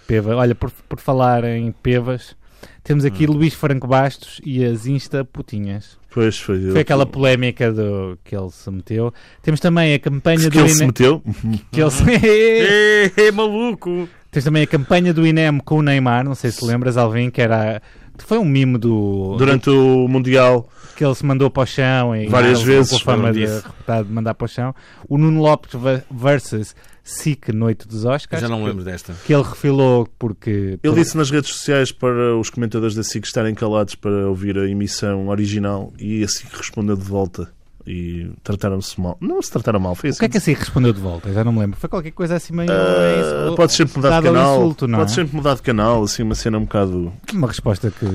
S2: Peva. Olha, por, por falar em pevas, temos aqui
S3: Hum.
S2: Luís Franco Bastos e as Insta Putinhas.
S3: Pois foi.
S2: Foi aquela polémica do, que ele se meteu. Temos também a campanha
S3: que
S2: do
S3: ele se
S2: INEM.
S3: meteu.
S2: Que ele se... <laughs>
S1: É, é maluco!
S2: temos também a campanha do INEM com o Neymar. Não sei se lembras, Alvin, que era. que Foi um mimo do.
S3: Durante o Mundial,
S2: que ele se mandou para o chão e
S3: Várias
S2: ele ficou
S3: vezes,
S2: com a fama
S1: lembro
S2: de,
S1: disso.
S2: reputado de mandar para o chão. O Nuno Lopes va- versus SIC Noite dos Oscars.
S1: Já não me
S2: que-
S1: lembro desta.
S2: Que ele refilou porque.
S3: ele disse nas redes sociais para os comentadores da SIC estarem calados para ouvir a emissão original e a SIC respondeu de volta. E trataram-se mal. Não se trataram mal, foi
S2: O que
S3: assim.
S2: é que assim respondeu de volta? Já não me lembro. Foi qualquer coisa assim meio. é isso,
S3: Ah,
S2: ou-
S3: Podes sempre mudar de
S2: dado ao
S3: canal.
S2: insulto, não é?
S3: Podes sempre mudar de canal, assim, uma cena um bocado.
S2: Uma resposta que.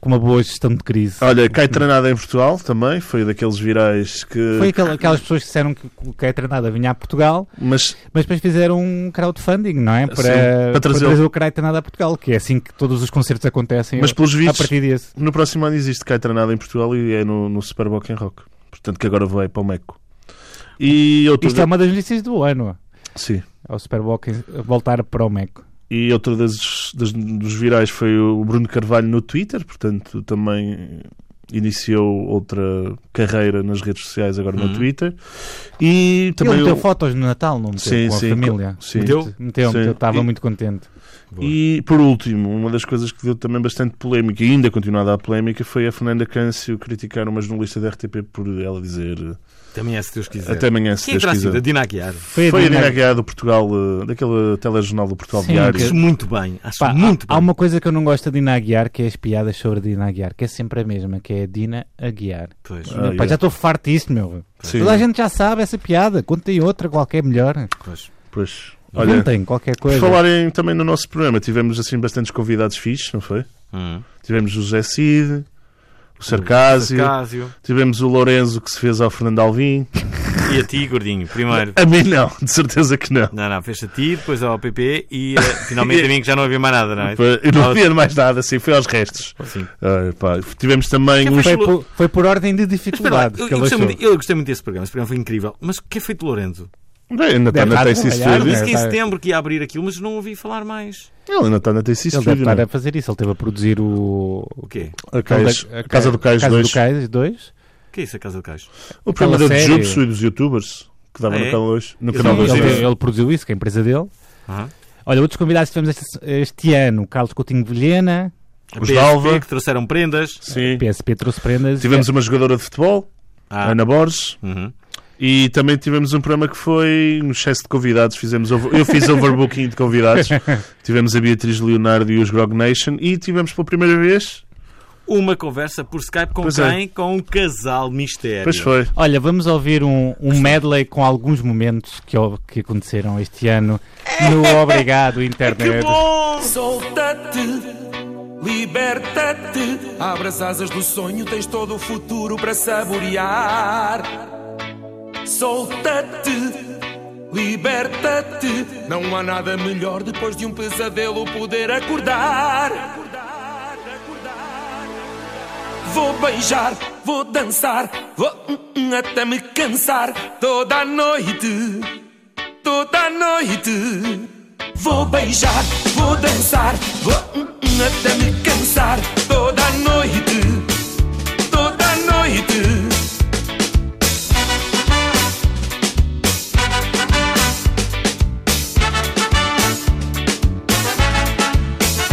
S2: com uma boa gestão de crise.
S3: Olha, cai treinada em Portugal também, foi daqueles virais que.
S2: Foi aquela- aquelas pessoas que disseram que o Keitra nada vinha a Portugal,
S3: Mas
S2: mas depois fizeram um crowdfunding, não é? Para,
S3: Sim, para
S2: para
S3: trazer-
S2: trazer... o Keitra nada a Portugal, que é assim que todos os concertos acontecem
S3: Mas
S2: a-
S3: pelos
S2: a
S3: vistos,
S2: partir desse.
S3: no próximo ano existe cai treinada em Portugal e é no, no Super Rock and Rock. Portanto, que agora vai para o Meco. E outro
S2: Isto é uma das notícias do ano.
S3: Sim.
S2: Ao Super Bowl que- voltar para o Meco.
S3: E outro das, das- dos virais foi o Bruno Carvalho no Twitter, portanto, também iniciou outra carreira nas redes sociais agora
S1: Uhum.
S3: no Twitter. E
S2: Também
S3: também
S2: ele meteu
S3: o-
S2: fotos no Natal, não meteu?
S3: Sim,
S2: com a
S3: sim,
S2: família.
S3: sim.
S2: Meteu, meteu,
S3: Sim.
S2: meteu, estava
S3: E-
S2: muito contente.
S3: E por último, uma das coisas que deu também bastante polémica, e ainda continua a dar polémica, foi a Fernanda Câncio criticar uma jornalista da RTP por ela dizer eh,
S1: Até amanhã, é, se Deus quiser.
S3: Até amanhã, se
S1: Quem
S3: Deus
S1: terá sido? A
S3: quiser.
S1: Dina Aguiar.
S3: Foi a Dinagueada do Portugal, eh, daquele telejornal do Portugal
S2: Sim,
S3: Diário.
S1: Acho muito bem. Acho
S2: Pá,
S1: muito
S2: há,
S1: bem.
S2: há uma coisa que eu não gosto de Dina Aguiar, que é as piadas sobre Dina Aguiar, que é sempre a mesma, que é Dina Aguiar.
S1: Pois,
S3: Ah,
S2: Pá,
S3: yeah.
S2: já estou farto disto, meu.
S3: Sim,
S2: Toda a gente já sabe essa piada. Contem outra qualquer melhor.
S1: pois.
S3: pois. Olha,
S2: Contem qualquer
S3: por
S2: coisa.
S3: falarem também no nosso programa, tivemos assim bastantes convidados fixes, não foi?
S1: Hum.
S3: Tivemos o José Cid, o Sarcásio,
S1: Cássio.
S3: tivemos o Lourenço que se fez ao Fernando Alvim. <laughs>
S1: E a ti, gordinho, primeiro.
S3: A mim não, de certeza que não.
S1: Não, não, fez a ti, depois ao PP e
S3: <laughs>
S1: eh, finalmente a mim que já não havia mais nada, não é?
S3: Eu não havia mais nada, assim, foi aos restos.
S1: Sim.
S3: Ah, pá, tivemos também
S1: Que
S3: uns.
S2: Foi por, foi por ordem de
S1: Espera lá,
S2: dificuldade
S1: eu,
S2: que
S1: eu
S2: ele
S1: gostei
S2: achou.
S1: muito, eu gostei muito desse programa, esse programa foi incrível. Mas o que é feito de Lorenzo?
S3: Ainda está
S2: Deve
S3: na
S2: estar a
S3: Tasty
S2: trabalhar,
S1: Eu
S2: não
S3: Studio.
S1: disse que em
S2: tá.
S1: setembro que ia abrir aquilo, mas não ouvi falar mais.
S3: Ele ainda está na Tasty
S2: Ele deve
S3: Studio.
S2: estar
S3: não
S2: a fazer isso. Ele esteve a produzir o.
S1: O quê?
S3: é? A, Cais- a Casa do Cais
S2: Casa
S3: 2.
S2: do Cais 2.
S1: O que é isso, a Casa do Cais?
S3: O programa
S2: Aquela
S3: da
S2: série.
S3: Jujutsu e dos Youtubers, que dava
S1: Ah,
S3: no
S1: é?
S3: canal hoje. No
S1: Sim,
S3: canal
S1: Sim,
S3: dois.
S1: Brasil.
S2: ele, ele produziu isso, que é a empresa dele.
S1: Aham.
S2: Olha, outros convidados que tivemos este, este ano: Carlos Coutinho de Vilhena,
S1: A
S3: Os
S1: PSP
S3: Dalva.
S1: que trouxeram prendas.
S3: Sim.
S2: PSP trouxe prendas.
S3: Tivemos uma jogadora de futebol,
S1: Ah,
S3: Ana Borges,
S1: uhum.
S3: e também tivemos um programa que foi um excesso de convidados. Fizemos over- Eu fiz overbooking de convidados. Tivemos a Beatriz Leonardo e os Grog Nation, e tivemos pela primeira vez.
S1: Uma conversa por Skype com
S3: Pois é.
S1: quem? Com um casal mistério.
S3: Pois foi.
S2: Olha, vamos ouvir um, um medley com alguns momentos que, o- que aconteceram este ano no
S1: <laughs>
S2: Obrigado
S1: Que
S2: Internet.
S1: bom!
S4: Solta-te, liberta-te, abre as asas do sonho, tens todo o futuro para saborear. Solta-te, liberta-te, não há nada melhor depois de um pesadelo poder acordar. Vou beijar, vou dançar, vou hum, hum, até me cansar toda a noite, toda a noite. Vou beijar, vou dançar, vou hum, hum, até me cansar toda a noite, toda a noite.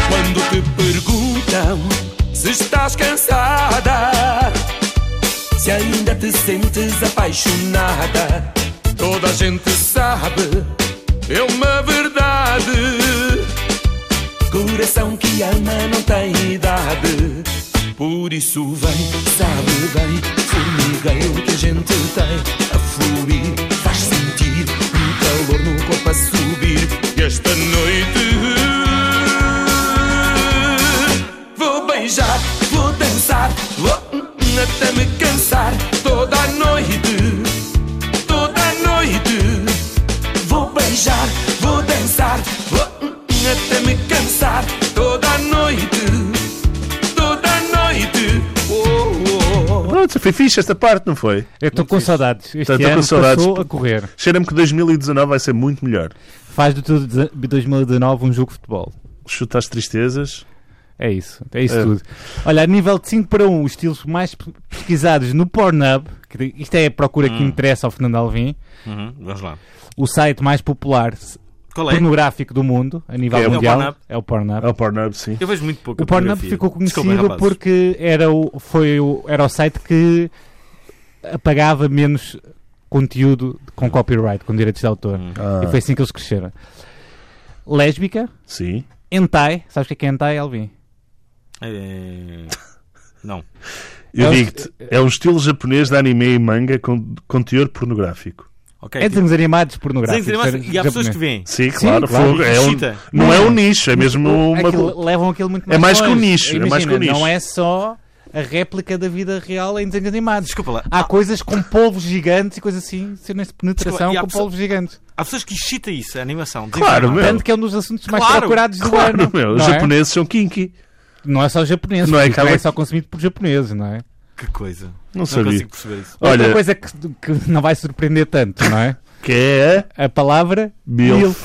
S4: Quando te perguntam se estás cansada, se ainda te sentes apaixonada, toda a gente sabe, é uma verdade. Coração que ama não tem idade. Por isso vem, sabe bem, formigueiro que a gente tem a fluir. Faz sentir um calor no corpo a subir. E esta noite vou beijar, vou dançar, vou hum, hum, até me cansar toda a noite, toda a noite. Vou beijar, vou dançar, vou hum, hum, até me cansar toda a noite, toda a noite. Oh, oh, oh.
S3: Pronto, foi fixe esta parte, não foi?
S2: Eu estou com saudades. Este
S3: Tô- tô com
S2: ano
S3: saudades.
S2: passou a correr.
S3: Cheira-me que 2019 vai ser muito melhor.
S2: Faz do teu de- de 2019 um jogo de futebol.
S3: Chuta as tristezas.
S2: É isso, é isso
S3: É.
S2: tudo. Olha, a nível de 5 para 1, os estilos mais pe- pesquisados no Pornhub, que isto é a procura
S3: Hum.
S2: que interessa ao Fernando Alvim,
S1: Uhum, vamos lá.
S2: o site mais popular s-
S1: Qual é?
S2: pornográfico do mundo, a nível
S3: Que é o
S2: mundial,
S1: Pornhub.
S2: é o Pornhub.
S3: É o Pornhub, sim.
S1: Eu vejo muito pouco.
S2: O Pornhub ficou conhecido
S1: porque
S2: porque era o, foi o, era o site que apagava menos conteúdo com copyright, com direitos de autor.
S1: Hum.
S3: Ah,
S2: E foi assim que eles cresceram. Lésbica,
S3: Sim.
S2: hentai, sabes o que é, que é hentai, Alvin?
S1: É, Não.
S3: Eu
S2: É um-
S3: digo-te, é um estilo japonês de anime e manga com conteúdo pornográfico.
S1: Ok. tipo,
S2: É desenhos animados pornográficos. é
S1: desenhos animados.
S2: era
S1: E há pessoas
S2: japonês.
S1: que veem.
S3: Sim,
S2: Sim,
S3: claro.
S2: claro.
S3: fogo, É um-
S1: Chita.
S3: não é um nicho, é mesmo uma.
S2: Aquilo- levam aquilo muito mais
S3: É mais que um
S2: longe.
S3: nicho, é mais
S2: Imagina,
S3: que um nicho.
S2: Não é só a réplica da vida real em desenhos animados.
S1: Desculpa lá.
S2: Há coisas com polvos gigantes e coisas assim, cenas de penetração
S1: Desculpa, e há
S2: com
S1: pessoa-
S2: polvos gigantes.
S1: Há pessoas que excita isso, a animação. "Ah,
S3: Claro,
S1: Desenho
S3: meu.
S2: Tanto que é um dos assuntos mais
S1: Claro,
S2: procurados do ano.
S3: Claro, meu. Os
S2: não, é?
S3: japoneses são kinky.
S2: não é só japoneses,
S3: Não
S2: não
S3: é
S2: é,
S3: aquela-
S2: só consumido por japoneses, não é?
S1: animado. Que coisa.
S3: Não sabia.
S1: consigo perceber isso.
S2: Outra
S3: Olha,
S2: coisa que, que não vai surpreender tanto, não é?
S3: que é
S2: A palavra
S3: Bill.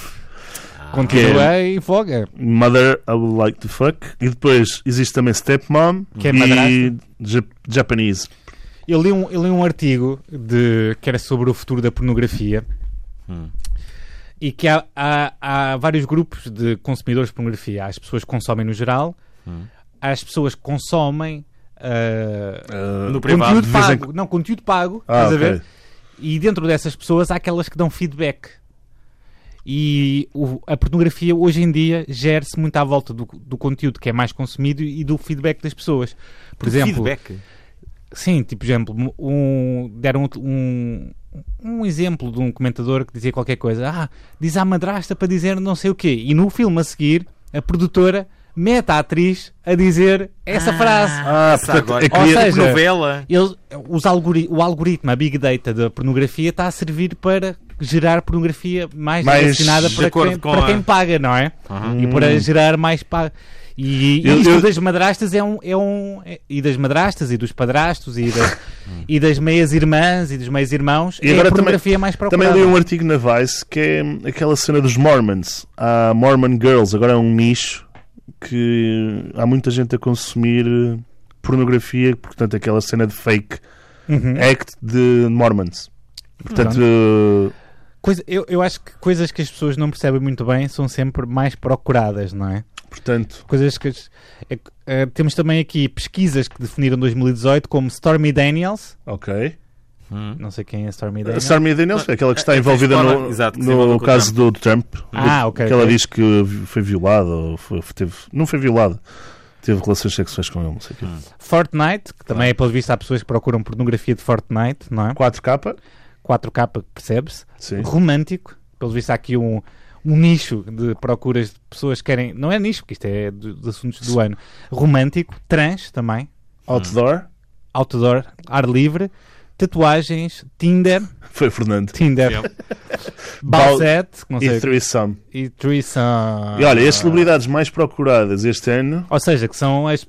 S2: continua em voga.
S3: Mother I would like to fuck. E depois existe também Stepmom
S2: Que é
S3: e
S2: madrasta.
S3: Jap- Japanese.
S2: Eu li um, eu li um artigo de, que era sobre o futuro da pornografia
S1: Hum.
S2: e que há, há- há vários grupos de consumidores de pornografia. Há as pessoas que consomem no geral,
S3: Hum.
S2: há as pessoas que consomem ah,
S1: No
S2: conteúdo
S1: privado.
S3: dizem
S2: pago. Não, conteúdo pago,
S3: Ah,
S2: estás a
S3: ok.
S2: ver? E dentro dessas pessoas há aquelas que dão feedback. E o- a pornografia hoje em dia gera-se muito à volta do, do conteúdo que é mais consumido e do feedback das pessoas. Por exemplo,
S1: Feedback.
S2: Sim, tipo, por exemplo, um- deram um, um exemplo de um comentador que dizia qualquer coisa. Ah, diz à madrasta para dizer não sei o quê. E no filme a seguir, a produtora mete a atriz a dizer essa frase.
S3: Ah,
S1: Essa
S3: portanto,
S1: agora.
S3: é
S2: Ou
S3: que
S2: seja,
S1: Novela.
S2: Eles- os algori- o algoritmo, a big data da pornografia está a servir para gerar pornografia mais,
S3: Mais
S2: direcionada
S1: de
S2: para,
S1: acordo
S2: quem,
S1: com
S2: para
S1: a-
S2: quem paga, não é? E para gerar mais paga. E, e
S3: Eu-
S2: isto
S3: eu-
S2: das madrastas é um, é um é- e das madrastas e dos padrastos e das, e das meias irmãs e dos meios irmãos
S3: Hum. E
S2: é
S3: agora
S2: a pornografia mais procurada.
S3: Também li um artigo na Vice que é hum, aquela cena dos Mormons. Há Mormon Girls, agora é um nicho que há muita gente a consumir eh, pornografia, portanto, é aquela cena de fake
S2: Uhum.
S3: act de Mormons. Portanto, eh,
S2: Coisa- eu, eu acho que coisas que as pessoas não percebem muito bem são sempre mais procuradas, não é?
S3: portanto
S2: coisas que as- é que, eh, temos também aqui pesquisas que definiram 2018 como Stormy Daniels
S3: ok.
S1: Hum.
S2: não sei quem é Stormy
S3: A
S2: Daniels
S3: Eh, Stormy Daniels é aquela que está
S1: é- é
S3: envolvida
S1: fora-
S3: no,
S1: exato, que se
S3: no
S1: envolveu com o
S3: caso do Trump.
S2: Ah, ok,
S3: Que ela
S2: ok.
S3: diz que foi violada, ou foi- teve, não foi violada, teve relações sexuais com ele, não sei o quê.
S2: Ah. Fortnite que também é pelo visto há pessoas que procuram pornografia de Fortnite não é
S3: 4K,
S2: 4K percebe-se
S3: sim.
S2: romântico pelo visto há aqui um um nicho de procuras de pessoas que querem não é nicho porque isto é do- dos assuntos do ano romântico trans também
S3: Outdoor,
S2: outdoor ar livre tatuagens Tinder
S3: <laughs> foi Fernando.
S2: Tinder Balzette não sei Ah.
S3: E Threesome.
S2: e threesome.
S3: E olha, as celebridades mais procuradas este ano.
S2: Ou seja, que são as,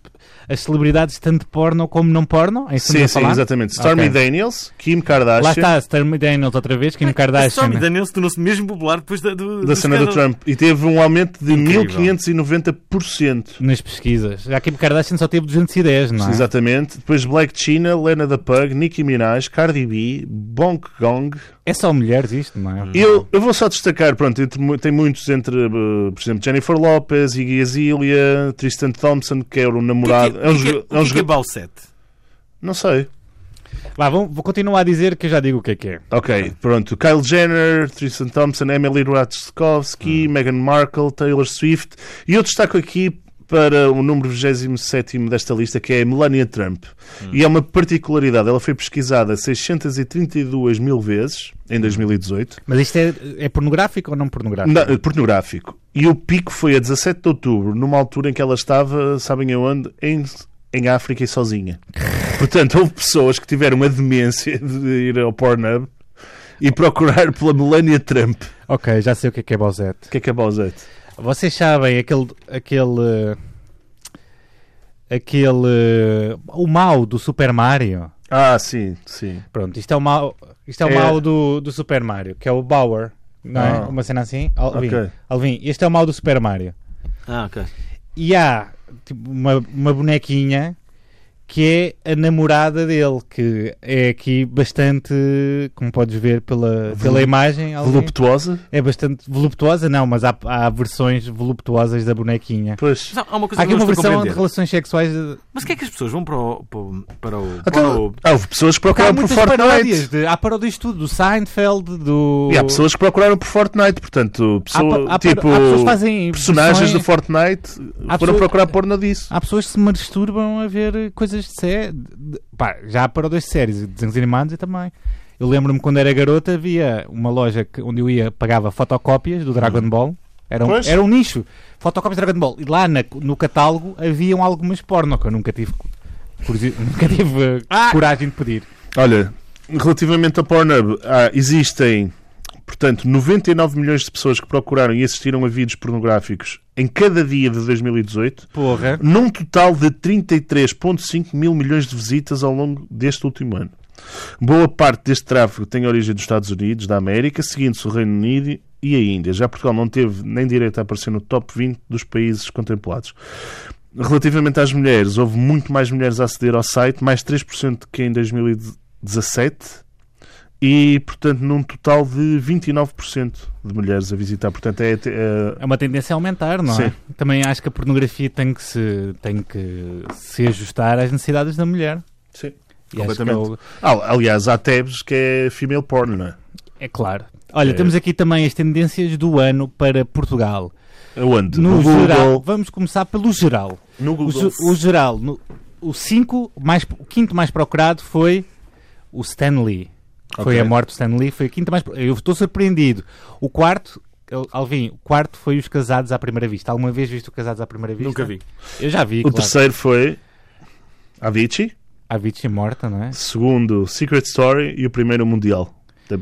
S2: as celebridades tanto porno como não porno, é isso que estamos
S3: Sim,
S2: a
S3: sim,
S2: falar?
S3: exatamente. Stormy
S2: Ok.
S3: Daniels, Kim
S2: Lá
S3: Kardashian,
S2: está, Stormy Daniels outra vez, Kim
S1: Só
S2: Kardashian.
S1: me Daniel se tornou-se mesmo popular depois da, do,
S3: da cena do
S1: escândalo.
S3: Trump. E teve um aumento de
S1: Incrível.
S3: 1590%.
S2: Nas pesquisas. Já Kim Kardashian só teve 210, não é?
S3: Exatamente. Depois Black China, Lena da Pug, Nicki Minaj, Cardi B, Bonk Gong.
S2: É só mulheres isto, não é?
S3: Eu, eu vou só destacar, pronto, entre mu- tem muitos entre, eh, por exemplo, Jennifer Lopez, Iggy Azalea, Tristan Thompson, que era o namorado.
S1: O
S3: é
S1: que
S3: um
S1: é-
S3: joga-
S1: o que
S3: é um
S1: é que é
S3: joga-
S1: Balsete?
S3: Não sei.
S2: Vá, vou, vou continuar a dizer que eu já digo o que é que é.
S3: Ok, pronto. Kyle Jenner, Tristan Thompson, Emily Ratajkowski,
S1: Hum.
S3: Meghan Markle, Taylor Swift. E eu destaco aqui para o número 27 desta lista, que é a Melania Trump.
S1: Hum.
S3: E é uma particularidade. Ela foi pesquisada 632 mil vezes em
S1: Hum.
S3: 2018.
S2: Mas isto é, é pornográfico ou não pornográfico?
S3: Na- pornográfico. E o pico foi a 17 de outubro, numa altura em que ela estava, sabem aonde? Em, em África
S2: <laughs>
S3: e sozinha. Portanto, houve pessoas que tiveram a demência de ir ao Pornhub e procurar pela Melania Trump.
S2: Ok, já sei o que é que é Bozette.
S3: O que é que é Bausete?
S2: Vocês sabem aquele. aquele. aquele. o mal do Super Mario?
S3: Ah, sim, sim.
S2: Pronto, isto é o mal, isto é o
S3: É.
S2: mal do, do Super Mario, que é o Bauer, não é?
S3: Ah.
S2: Uma cena assim. Alvin,
S3: Ok.
S2: Alvin, este é o mal do Super Mario.
S1: Ah, ok.
S2: E há tipo, uma, uma bonequinha que é a namorada dele, que é aqui bastante, como podes ver pela, pela imagem, Alvin,
S3: Voluptuosa?
S2: é bastante voluptuosa, não, mas há, há versões voluptuosas da bonequinha.
S3: Pois. Ah,
S1: Mas há- há uma coisa
S2: Há
S1: que
S2: aqui
S1: eu
S2: uma
S1: não estou a
S2: versão de
S1: compreender.
S2: relações sexuais. de-
S1: Mas o que é que as pessoas vão para o. Para o, para o, para
S3: Então,
S1: o-
S3: ah, houve pessoas que
S2: Porque há
S3: procuraram por
S2: muitas
S3: Fortnite.
S2: paródias. De, há paródias de tudo, do Seinfeld, do.
S3: E há pessoas que procuraram por Fortnite, portanto,
S2: pa-
S3: pessoa,
S2: há pa-
S3: tipo,
S2: há pessoas que fazem
S3: personagens
S2: versões-
S3: do Fortnite
S2: Há
S3: foram
S2: pessoas-
S3: procurar porno disso.
S2: Há pessoas que se masturbam a ver eh, coisas de série. Pá, já há paródias de séries, de desenhos animados e também. Eu lembro-me quando era garota, havia uma loja que, onde eu ia, pagava fotocópias do Dragon Ball. Era um,
S3: Uhum. Pois.
S2: era um nicho. Fotocópias de Dragon Ball. E lá na- no catálogo haviam algumas porno que eu nunca tive, curiosi- <laughs> nunca tive eh,
S3: Ah!
S2: coragem de pedir.
S3: Olha, relativamente ao Pornhub, há- existem, portanto, 99 milhões de pessoas que procuraram e assistiram a vídeos pornográficos em cada dia de 2018,
S2: Porra.
S3: num total de 33,5 mil milhões de visitas ao longo deste último ano. Boa parte deste tráfego tem origem dos Estados Unidos, da América, seguindo-se o Reino Unido e a Índia. Já Portugal não teve nem direito a aparecer no top 20 dos países contemplados. Relativamente às mulheres, houve muito mais mulheres a aceder ao site, mais 3% que em 2017, e, portanto, num total de 29% de mulheres a visitar. Portanto, é, é-
S2: É uma tendência a aumentar, não é?
S3: Sim.
S2: Também acho que a pornografia tem que se, tem que se ajustar às necessidades da mulher. E acho que é
S3: Completamente.
S2: o-
S3: Ah, aliás, há tabs que é female porn, não é?
S2: É claro. Olha,
S3: É.
S2: temos aqui também as tendências do ano para Portugal.
S3: Onde?
S2: No,
S3: Google.
S2: geral, vamos começar pelo geral.
S3: No
S2: O,
S3: Google.
S2: ge- o geral, no- o, cinco mais, o quinto mais procurado foi o Stanley. Foi
S3: Ok.
S2: a morte do Stanley, foi o quinto mais. pro- Eu estou surpreendido. O quarto, eu- Alvin, o quarto foi os casados à primeira vista. Alguma vez visto o casados à primeira vista?
S1: Nunca vi.
S2: Eu já vi,
S3: O
S2: claro.
S3: terceiro foi Avicii.
S2: A Avicii morta, não é?
S3: Segundo, Secret Story. E o primeiro, o Mundial. Da-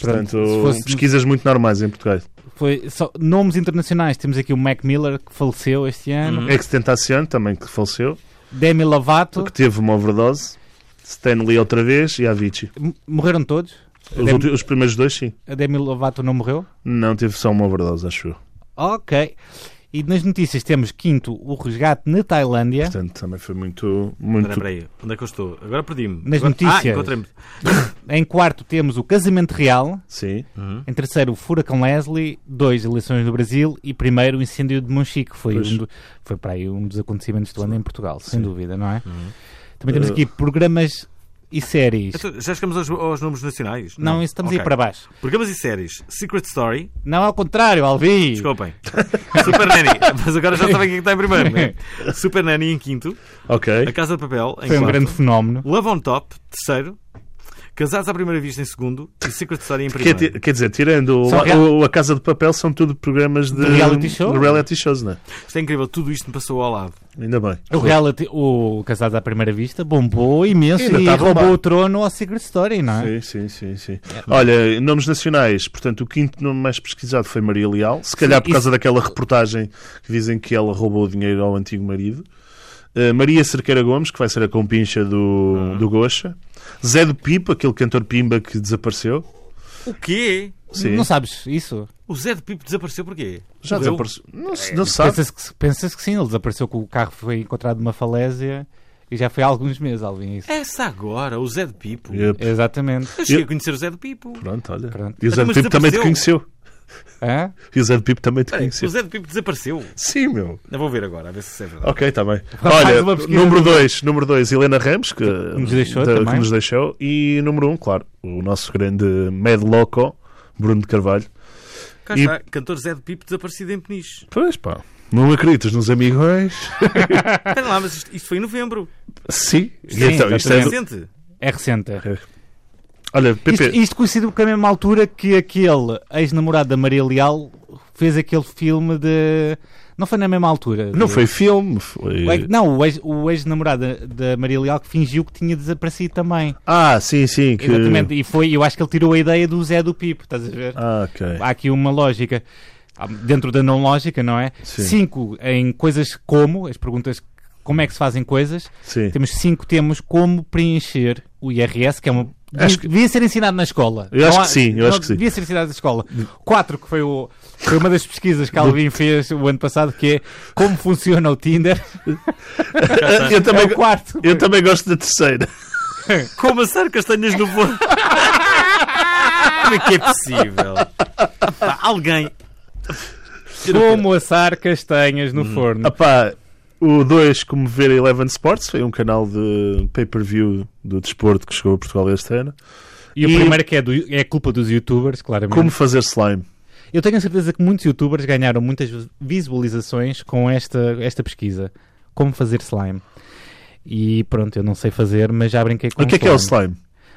S3: Portanto,
S2: se fosse-
S3: pesquisas muito normais em Portugal.
S2: Foi só, nomes internacionais. Temos aqui o Mac Miller, que faleceu este ano.
S3: Uhum. Extentacion, também que faleceu.
S2: Demi Lovato.
S3: Que teve uma overdose. Stanley outra vez e Avicii.
S2: M- Morreram todos? A
S3: Os,
S2: Demi-
S3: ulti- os primeiros dois, sim.
S2: A Demi Lovato não morreu?
S3: Não, teve só uma overdose, acho eu.
S2: Ok. E nas notícias temos quinto o resgate na Tailândia.
S3: Portanto, também foi muito... muito...
S1: Espera espera aí, onde é que eu estou? Agora perdi-me.
S2: Nas
S1: Agora- Ah,
S2: notícias.
S1: encontrei-me.
S2: Em quarto temos o casamento real.
S3: Sim.
S2: Em terceiro o furacão Leslie. Dois eleições no Brasil. E primeiro o incêndio de Monchique. Foi,
S3: Pois.
S2: um do- foi para aí um dos acontecimentos do ano em Portugal, sem dúvida, não é?
S3: Uhum.
S2: Também
S3: Uh,
S2: temos aqui programas e séries.
S1: Então, Já chegamos aos, aos números nacionais?
S2: Não, isso estamos
S1: Ok.
S2: aí para baixo.
S1: Programas e séries. Secret Story.
S2: Não, ao contrário, Alvi.
S1: Desculpem. <laughs> Super Nanny. Mas agora já sabem quem é está em primeiro,
S2: <laughs>
S1: né? Super Nanny em quinto.
S3: Ok.
S1: A Casa de Papel em
S2: Foi um
S1: quarto.
S2: grande fenómeno.
S1: Love on Top, terceiro. Casados à Primeira Vista em segundo. E Secret Story em
S3: Quer,
S1: primeiro.
S3: é ti- quer dizer, tirando o,
S2: São rea-
S3: o- A Casa de Papel, são tudo programas de,
S2: De reality show?
S3: de reality shows, não é?
S1: Isto é incrível. Tudo isto me passou ao lado.
S3: Ainda bem.
S2: O, reality, o Casados à Primeira Vista bombou imenso
S3: Ainda
S2: e
S3: tá a bombar.
S2: roubou o trono ao Secret Story, não é?
S3: Sim, sim, sim, sim.
S1: É,
S3: Olha, nomes nacionais, portanto, o quinto nome mais pesquisado foi Maria Leal, se calhar por
S2: isso-
S3: causa daquela reportagem que dizem que ela roubou o dinheiro ao antigo marido. Uh, Maria Cerqueira Gomes, que vai ser a compincha do,
S1: Ah.
S3: do Gocha. Zé do Pipo, aquele cantor Pimba que desapareceu.
S1: O quê?
S3: Sim.
S2: Não sabes isso?
S1: O Zé de Pipo desapareceu porquê?
S3: Já
S1: Morreu? É.
S3: desapareceu. Não, se- não se sabe.
S2: Pensas que, pensas que sim, ele desapareceu com o carro, foi encontrado numa falésia e já foi há alguns meses, Alvin. Isso.
S1: Essa agora, o Zé de Pipo.
S3: Yep.
S2: Exatamente.
S1: Eu cheguei
S3: Eu-
S1: a conhecer o Zé de Pipo.
S3: Eh, Pronto, olha.
S2: Pronto.
S3: E o Zé do
S1: Mas
S3: Pipo também te
S1: desapareceu.
S3: conheceu.
S2: Hã?
S3: E o Zé do Pipo também te
S1: Espera aí, o
S3: conheceu.
S1: Zé de Pipo desapareceu.
S3: Sim, meu.
S1: Eu vou ver agora, a ver se é verdade.
S3: Ok,
S2: <laughs>
S3: está bem.
S2: Faz
S3: Olha,
S2: uma pesquisa
S3: número 2, número dois, Helena Ramos, que,
S2: nos deixou
S3: da-
S2: também.
S3: que nos deixou. E número 1, um, claro, o nosso grande Mad Loco, Bruno de Carvalho.
S1: Cá
S3: E-
S1: está, cantor Zé de Pipo desaparecido em Peniche.
S3: Pois pá, não acreditas nos amigões?
S1: Espera lá, mas isto, isto foi em novembro.
S3: Sim.
S2: <laughs>
S3: E
S2: Sim,
S3: isto é do-
S2: exatamente.
S1: Recente.
S2: É recente.
S3: Olha, Pepe,
S2: Isto, isto coincidiu com a mesma altura que aquele ex-namorado da Maria Leal fez aquele filme de. Não foi na mesma altura.
S3: não
S2: de-
S3: foi
S2: O
S3: filme,
S2: ex-
S3: foi...
S2: Não, o ex- o ex-namorado da da Maria Leal que fingiu que tinha desaparecido também.
S3: Ah, sim, sim. Que...
S2: Exatamente, e foi, eu acho que ele tirou a ideia do Zé do Pipo, estás a ver?
S3: Ah, ok.
S2: Há aqui uma lógica Há- dentro da não lógica, não é?
S3: Sim.
S2: Cinco em coisas como, as perguntas como é que se fazem coisas.
S3: Sim.
S2: Temos cinco temas como preencher o IRS, que é uma.
S3: Acho que-
S2: Devia ser ensinado na escola.
S3: Eu acho
S2: Não há-
S3: que sim, eu
S2: não
S3: acho que sim.
S2: Devia ser ensinado na escola. Quatro, que foi, o, foi uma das pesquisas que a
S3: <laughs>
S2: Alvin fez o ano passado, que é como funciona o Tinder.
S3: Eu também,
S2: é o quarto.
S3: eu também gosto da terceira.
S1: <laughs> Como assar castanhas no forno. <laughs> Como é que é possível? Pá, alguém.
S2: Como assar castanhas no forno.
S3: Ah pá, o 2, como ver Eleven Sports, foi um canal de pay-per-view do desporto que chegou a Portugal este ano.
S2: E o
S3: E-
S2: primeiro que é, do, é culpa dos youtubers, claramente.
S3: Como fazer slime.
S2: Eu tenho a certeza que muitos youtubers ganharam muitas visualizações com esta, esta pesquisa. Como fazer slime. E pronto, eu não sei fazer, mas já brinquei com
S3: O que é que é o slime?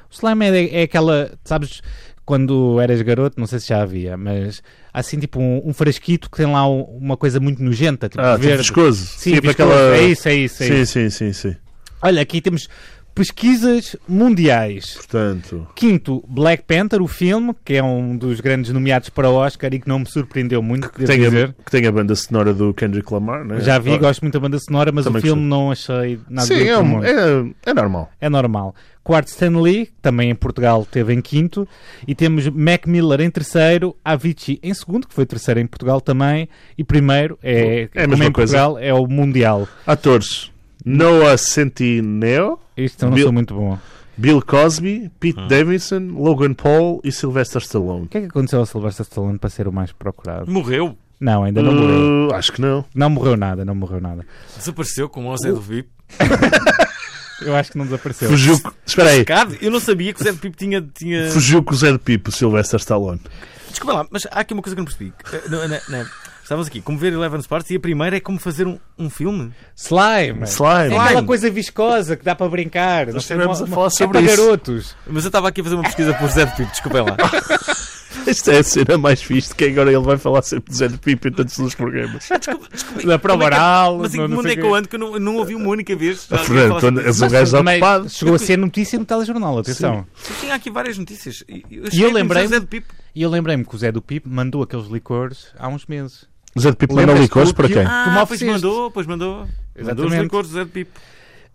S2: O slime é, é aquela, sabes, quando eras garoto, não sei se já havia, mas há assim tipo um, um frasquito que tem lá um- uma coisa muito nojenta, tipo
S3: Ah, tipo
S2: verde.
S3: viscoso.
S2: Sim,
S3: tipo
S2: viscoso.
S3: aquela...
S2: É isso, é isso, é
S3: sim,
S2: isso.
S3: sim, sim, sim.
S2: Olha, aqui temos pesquisas mundiais.
S3: Portanto,
S2: Quinto, Black Panther, o filme, que é um dos grandes nomeados para o Oscar e que não me surpreendeu muito,
S3: que
S2: devo
S3: tem,
S2: dizer.
S3: a, que tem a banda sonora do Kendrick Lamar, né?
S2: Já vi,
S3: Ah,
S2: gosto muito da banda sonora, mas
S3: Também
S2: o filme não achei nada
S3: Sim,
S2: do
S3: é,
S2: outro
S3: um-
S2: mundo. é...
S3: é, é normal.
S2: normal. Quarto, Stanley, que também em Portugal teve em quinto. E temos Mac Miller em terceiro, Avicii em segundo, que foi terceiro em Portugal também. E primeiro, é,
S3: É a
S2: como
S3: mesma
S2: em
S3: coisa.
S2: Portugal, é o Mundial.
S3: Atores: Noah Centineo,
S2: Isto eu não
S3: Bill-
S2: sou muito bom.
S3: Bill Cosby,
S2: Ah.
S3: Pete Davidson, Logan Paul e Sylvester Stallone.
S2: O que é que aconteceu ao Sylvester Stallone para ser o mais procurado?
S1: Morreu.
S2: Não, ainda não morreu.
S3: Uh, acho que não.
S2: Não morreu nada, não morreu nada.
S1: Desapareceu como o Zé do Pipo.
S2: Eu acho que não desapareceu.
S3: Fugiu. Espera aí.
S1: Cado, eu não sabia que o Zé de Pipo tinha. tinha...
S3: Fugiu com o Zé de Pipo, Sylvester Stallone.
S1: Desculpa lá, mas há aqui uma coisa que eu não percebi. Eh, Não, não, não. Estávamos aqui, como ver Eleven Sports e a primeira é como fazer um, um filme.
S2: Slime. É
S3: Slime. <laughs>
S2: aquela coisa viscosa que dá para brincar. Não
S3: Nós
S2: sei,
S3: estivemos
S2: uma-
S3: a falar
S2: uma-
S3: sobre
S2: é para
S3: isso.
S2: garotos.
S1: Mas eu estava aqui a fazer uma pesquisa por Zé de Pipo, desculpem lá.
S3: Esta é a cena mais fixe, que agora ele vai falar sempre do Zé de Pipo em todos os programas.
S2: Da prova
S1: Como é que-
S2: oral.
S1: Mas em
S2: não-
S1: que
S2: não
S1: mundo
S2: sei
S1: é que
S2: quê.
S1: eu ando que eu não, não ouvi uma única vez? Já alguém
S3: Fernando,
S1: falar sobre
S3: tu és
S1: isso.
S3: um gajo
S2: Também
S3: ocupado.
S2: Chegou a ser notícia no telejornal, atenção.
S1: Mas Tinha aqui várias notícias. E eu,
S2: E eu
S1: cheguei a conhecer
S2: lembrei-me-
S1: o Zé de Pipo.
S2: E eu lembrei-me que o Zé do Pipo mandou aqueles licores há uns meses.
S3: O Zé de um- Pipo manda
S2: Lembras-te
S3: licores
S2: do
S3: para
S2: que-
S3: quem?
S2: Tu me
S1: Ah, pois
S2: ofereceste.
S1: mandou, pois mandou. Mandou os
S2: Exatamente.
S1: licores do Zé de Pipo.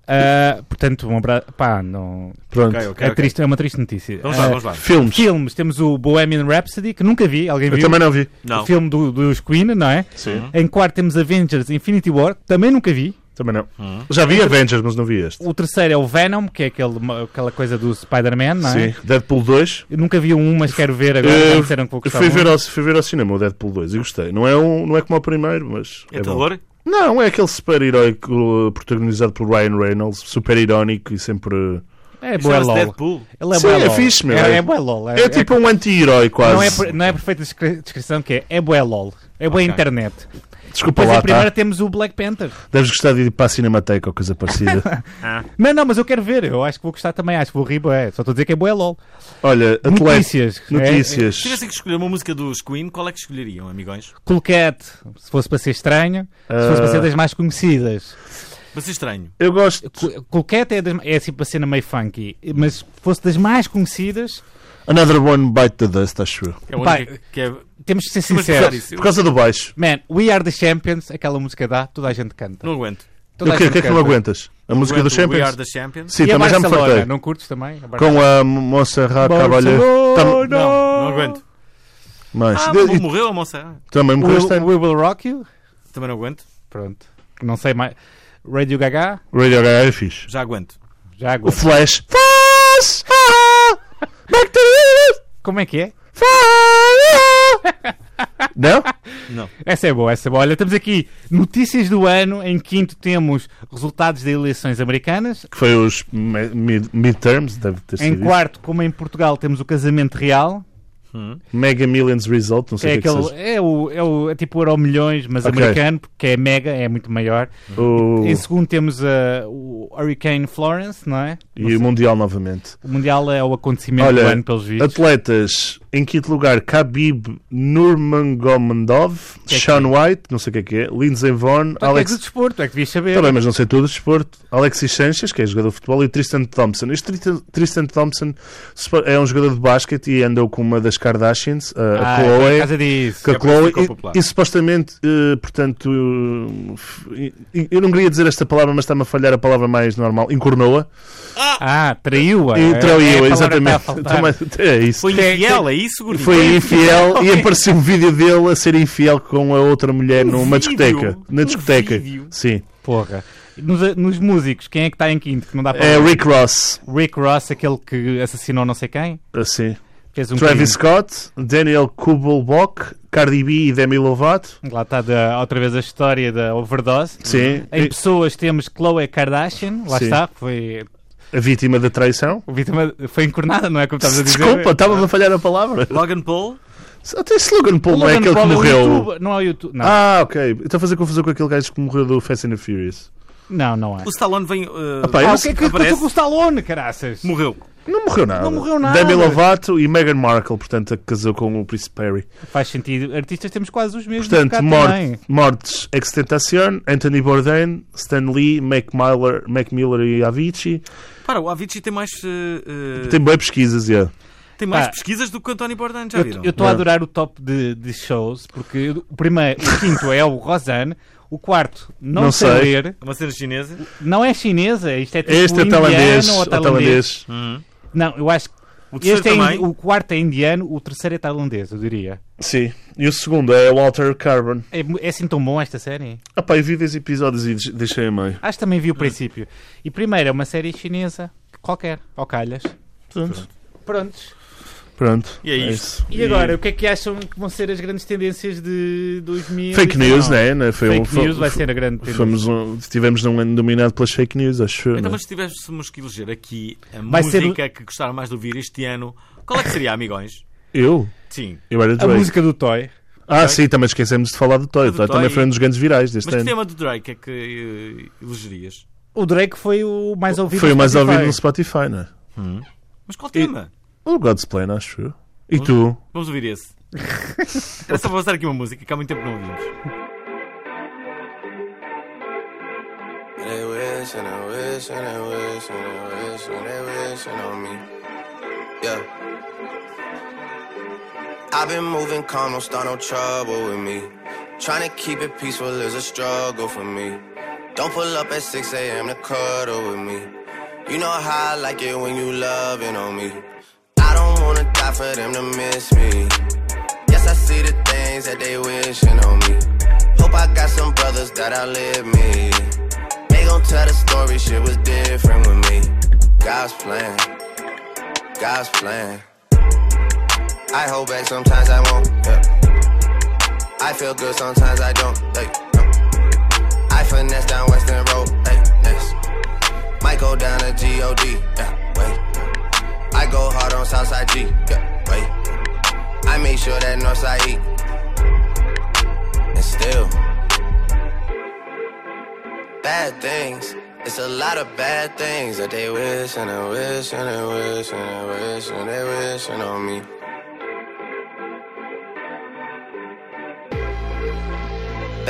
S2: Ah, portanto, um abraço. Pá, não.
S3: Pronto.
S1: Ok, ok.
S2: é, triste, é uma triste notícia.
S1: Vamos lá,
S2: Ah,
S1: vamos lá.
S3: Filmes.
S2: Filmes, temos o Bohemian Rhapsody, que nunca vi, alguém
S3: Eu
S2: viu?
S3: também não vi.
S1: Não.
S2: O filme do- dos Queen, não é?
S3: Sim.
S2: Em quarto temos Avengers Infinity War, que também nunca vi.
S3: Também não. Já vi Avengers, mas não vi este.
S2: O terceiro é o Venom, que é aquele, aquela coisa do Spider-Man, não é?
S3: Sim. Deadpool 2.
S2: Eu nunca vi o um, mas quero ver agora.
S3: Eh,
S2: já disseram que vou
S3: Eu
S2: gostar
S3: fui
S2: muito.
S3: ver, ao, fui ver ao cinema o Deadpool 2 e gostei. Não é, um, não é como o primeiro, mas.
S1: É
S3: bom.
S1: terror?
S3: Não, é aquele super-herói que, uh, protagonizado por Ryan Reynolds, super irónico e sempre. uh,
S2: É boa
S1: Chama-se
S2: LOL.
S1: Deadpool.
S2: Ele é
S3: Sim,
S2: bué
S3: é
S2: LOL.
S3: fixe, meu.
S2: É, é bué LOL.
S3: É, tipo um anti-herói quase.
S2: Não é, per- não é perfeita descri- descrição que é. É bué LOL. É boa
S1: Ok.
S2: internet.
S3: Desculpa
S2: Depois
S3: lá,
S2: em primeira
S3: tá?
S2: temos o Black Panther.
S3: Deves gostar de ir para a Cinemateca ou coisa parecida.
S2: Não,
S3: <laughs>
S2: não, mas eu quero ver. Eu acho que vou gostar também. Acho que vou rir bué. Só estou a dizer que é bué LOL.
S3: Olha, atleta.
S2: Notícias. é?
S1: Se
S3: Notícias.
S1: tivessem que escolher uma música dos Queen, qual é que escolheriam, amigões?
S2: Colquete, se fosse para ser estranho. Se fosse para ser das mais conhecidas.
S1: Vai ser estranho.
S3: Eu gosto.
S2: Col- Colquete é, das, é assim para cena meio funky. Mas se fosse das mais conhecidas,
S3: Another one bite the dust, acho eu.
S1: É o
S2: Pá,
S1: único que é.
S2: temos que ser
S1: Mas
S2: sinceros.
S1: isso, eu
S3: Por causa do baixo.
S2: Man, We Are the Champions, aquela música dá, toda a gente canta.
S1: não aguento.
S3: O que,
S2: Toda a
S3: o que
S2: gente
S3: é que não
S2: canta.
S3: aguentas? A música
S1: aguento
S3: do
S1: We Are
S3: Champions?
S1: the Champions.
S3: Sim,
S2: e a
S3: também já me
S2: Barcelona,
S3: fartei.
S2: não curtes também? A
S3: Com a Monserrat Cavalheiro.
S2: Barcelona.
S1: Não, não aguento.
S3: Mas
S1: Ah,
S3: de-
S1: mo-
S3: e
S1: morreu a moça.
S3: também me
S2: We,
S3: gostei.
S2: we Will Rock You.
S1: Também não aguento.
S2: Pronto. Não sei mais. Radio Gaga.
S3: Radio Gaga é fixe.
S1: Já aguento.
S2: Já
S3: O <laughs>
S2: aguento.
S3: Flash. Flash! Ah! Back to you!
S2: Como é que é?
S3: Flash! Não?
S1: Não.
S2: Essa é boa, essa é boa. Olha, temos aqui notícias do ano. Em quinto temos resultados das eleições americanas.
S3: Que foi os me- mid- midterms, deve ter sido.
S2: Em
S3: isso.
S2: quarto, como em Portugal, temos o casamento real.
S3: Mega Millions Result, não
S2: Que é,
S3: sei o que é que
S2: aquele,
S3: seja.
S2: é, o, é, o, é tipo Euro Milhões, mas
S3: Ok.
S2: americano, porque é mega, é muito maior.
S3: O-
S2: Em segundo temos ah, o Hurricane Florence, não é?
S3: E o Mundial novamente.
S2: O Mundial é o acontecimento
S3: Olha,
S2: do ano, pelos vistos.
S3: Atletas, em quinto lugar, Khabib Nurmagomedov,
S2: é que
S3: Sean White, não sei o que é que é, Lindsey
S2: Tu é que
S3: Vonn,
S2: és do
S3: Alex...
S2: desporto, é que devias saber.
S3: Também, mas não sei tudo, desporto. Alexis Sanchez, que é jogador de futebol, e o Tristan Thompson. Este Tristan, Tristan Thompson supo- é um jogador de basquete e andou com uma das Kardashians, a,
S2: Ah,
S3: a
S2: é por
S3: Chloe.
S2: causa disso.
S3: com a
S1: É por isso que
S3: Chloe,
S1: ficou
S3: e-
S1: popular.
S3: e, supostamente, eh, portanto, eh, f- e- eu não queria dizer esta palavra, mas está-me a falhar a palavra mais normal, encornou-a.
S2: Ah, traiu-a.
S3: E
S2: É- é a
S3: traiu-a,
S2: palavra
S3: exatamente.
S2: que está a
S3: Também-
S2: faltar.
S3: é isso.
S1: Foi
S2: Que-
S1: infiel, é isso, gordinho?
S3: Foi infiel e apareceu um vídeo dele a ser infiel com a outra
S2: Um
S3: mulher numa
S1: vídeo?
S3: discoteca. Na
S1: Um
S3: discoteca.
S1: vídeo?
S3: Sim.
S2: Porra. Nos, nos músicos, quem é que está em quinto? Que não dá para
S3: É
S2: ver?
S3: Rick Ross.
S2: Rick Ross, aquele que assassinou não sei quem.
S3: Assim.
S2: Fez um
S3: Travis
S2: crime.
S3: Scott, Daniel Kubelbach, Cardi B e Demi Lovato.
S2: Lá está da- outra vez a história da overdose.
S3: Sim.
S2: Em pessoas temos Chloe Kardashian, lá
S3: Sim.
S2: está, foi,
S3: A vítima da traição.
S2: vítima, foi encornada, não é como estavas a dizer?
S3: Desculpa, tá estava-me a falhar a palavra.
S1: Logan Paul?
S3: Até esse Logan
S2: O
S3: Paul não é
S2: Logan
S3: aquele que
S2: Paul é o
S3: morreu.
S2: youtuber- não é o YouTube. Não,
S3: Ah, ok. Estou a fazer confusão com aquele gajo que morreu do Fast and the Furious.
S2: não, não é.
S1: O Stallone vem. eh,
S3: Epá, eu
S2: Ah,
S3: não
S2: o que
S3: sei-
S2: é que aconteceu
S1: aparece.
S2: com o Stallone, caraças?
S1: Morreu.
S3: Não morreu nada.
S2: Não morreu nada.
S3: Demi Lovato e Meghan Markle, portanto, a que casou com o Príncipe Harry.
S2: Faz sentido. Artistas temos quase os mesmos. um
S3: Portanto,
S2: bocado
S3: morte,
S2: também.
S3: mortes, Extentación, Anthony Bourdain, Stan Lee, Mac Miller, Mac Miller e Avicii.
S1: Para, o Avicii tem mais. eh, eh,
S3: Tem boas pesquisas, yeah.
S1: tem mais
S2: Ah.
S1: pesquisas do que o António Bourdain, já viram?
S2: Eu estou a
S3: Não.
S2: adorar o top de, de shows, porque o primeiro, o quinto é o Rosanne, o quarto não,
S3: Não
S2: sei,
S3: sei.
S2: ler,
S1: Uma cena chinesa.
S2: não é chinesa, isto é tipo
S3: Este é
S2: indiano
S3: tailandês.
S2: ou
S3: o
S2: tailandês.
S3: tailandês.
S2: Não, eu acho que
S1: O terceiro
S2: este é
S1: também.
S2: indi- o quarto é indiano, o terceiro é tailandês, eu diria.
S3: Sim. E o segundo é Walter Carbon.
S2: É, mu- é assim tão bom esta série?
S3: Ah pá, eu vi 10 episódios e des- deixei a meio.
S2: Acho que também
S1: Hum.
S2: vi o princípio. E primeiro é uma série chinesa, qualquer, ao calhas.
S3: Portanto,
S2: Prontos.
S3: Pronto.
S5: E é isto.
S3: isso.
S2: E agora, o que é que acham que vão ser as grandes tendências de 2000?
S3: Fake news, né? né? Foi
S2: Fake
S3: um- foi-
S2: news vai
S3: foi-
S2: ser a grande tendência.
S3: Fomos um, tivemos num ano dominado pelas fake news, acho eu.
S1: Então,
S3: né?
S1: mas se tivéssemos que eleger aqui a
S2: Vai ser
S1: música que gostaram mais de ouvir este ano, qual é que seria, amigões?
S3: Eu?
S1: Sim.
S3: Eu era
S2: A
S3: Drake.
S2: música do Toy.
S3: Ah, sim, também esquecemos de falar do Toy.
S1: Ah, do
S3: Toy também
S1: Toy.
S3: foi um dos grandes virais deste
S1: Mas que
S3: ano.
S1: tema do Drake é que eh, elegerias?
S2: O Drake foi o mais ouvido
S3: Foi
S2: no
S3: o mais
S2: Spotify.
S3: ouvido no Spotify, né?
S1: Mas qual tema?
S3: O God's Plan, acho eu. E tu?
S1: Vamos ouvir esse. Era só para mostrar aqui uma música que há muito tempo não ouvimos.
S6: And they wish and they wish and they wish and they wish and they wishing on me. Yeah. I've been moving calm, don't start no trouble with me. Trying to keep it peaceful is a struggle for me. Don't pull up at 6 a.m. to cuddle with me. You know how I like it when you loving on me. I don't wanna die for them to miss me. Yes, I see the things that they wishing on me. Hope I got some brothers that outlive me. They gon' tell the story, shit was different with me. God's plan, God's plan. I hold back sometimes I won't. Yeah. I feel good sometimes I don't. Like, no. I finesse down Western Road. Like, next. Might go down to G-O-D. Yeah, wait. I go hard on Southside G. Yeah, wait. I make sure that Northside eat. And still, bad things. It's a lot of bad things that they wish and they wish and they wish and they wish and they wishing on me.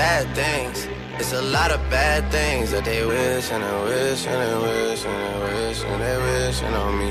S6: Bad things. It's a lot of bad things that they wish and they wish and they wish and they wish and they wishing on me.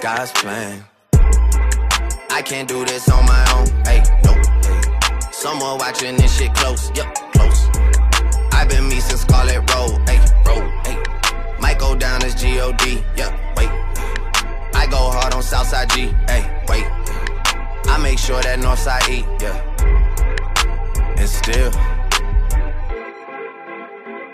S6: God's plan. I can't do this on my own. Hey, nope. Hey. Someone watching this shit close. Yup, close. I've been me since Scarlet Road. Hey, road. Hey. Might go down as G-O-D. Yup, wait. I go hard on Southside G. Hey, wait. I make sure that Northside E. Yeah. And still.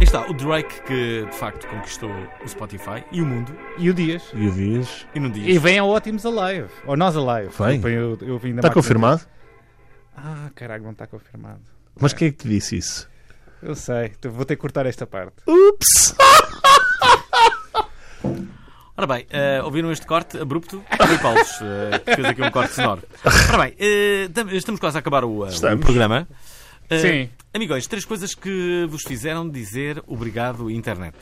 S1: Aí está, o Drake que de facto conquistou o Spotify e o mundo
S2: E o Dias.
S3: E o Dias?
S1: e não diz.
S2: E vem ao Ótimos Alive. Ou Nós Alive.
S3: Vem.
S2: Desculpem, Eu, eu vim da
S3: Está
S2: máquina.
S3: confirmado?
S2: Ah, caralho, não está confirmado.
S3: Mas quem é que te disse isso?
S2: Eu sei, então vou ter que cortar esta parte.
S3: Ups!
S1: Ora bem, eh, ouviram este corte abrupto? Rui Paulos, eh, que fez aqui um corte sonoro. Ora bem, eh, tam- estamos quase a acabar o, eh, o
S3: Estamos.
S1: programa. Eh,
S2: Sim.
S1: Amigões, três coisas que vos fizeram dizer obrigado, internet.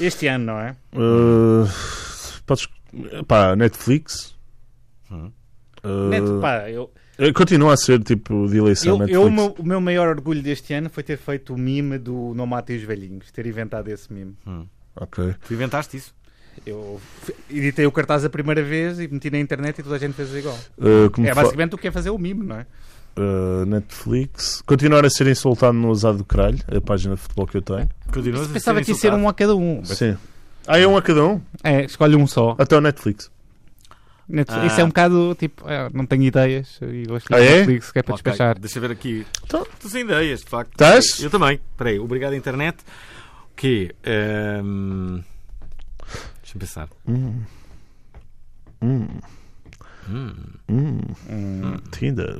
S2: Este ano, não é?
S3: Uh, podes. Pá, Netflix. Uh,
S2: Neto, pá, eu,
S3: eh, Continua a ser tipo de eleição
S2: eu,
S3: Netflix.
S2: eu- o, meu, o meu maior orgulho deste ano foi ter feito o mime do Não Matem os Velhinhos, ter inventado esse mime.
S3: Ok.
S1: Tu inventaste isso?
S2: Eu f- editei o cartaz a primeira vez e meti na internet e toda a gente fez igual.
S3: Uh, como
S2: É
S3: fa-
S2: basicamente o que é fazer o mime, não é?
S3: uh, Netflix. Continuar a ser insultado no usado do caralho, a página de futebol que eu tenho.
S1: Continuas
S2: Pensava que ia ser um a cada um.
S3: Sim. Ah, é um a cada um?
S2: É, escolhe um só.
S3: Até o Netflix.
S2: Netflix-
S1: Ah.
S2: Isso é um bocado tipo, é, não tenho ideias e gosto de
S3: Ah, é?
S2: Netflix, que é para
S1: Ok,
S2: despachar.
S1: Deixa eu ver aqui.
S3: Então-
S1: Estou sem ideias, de facto.
S3: Estás?
S1: Eu também. Espera aí, obrigado, internet. O quê? Ehm, deixa Deixa-me pensar. <laughs>
S3: Tinder.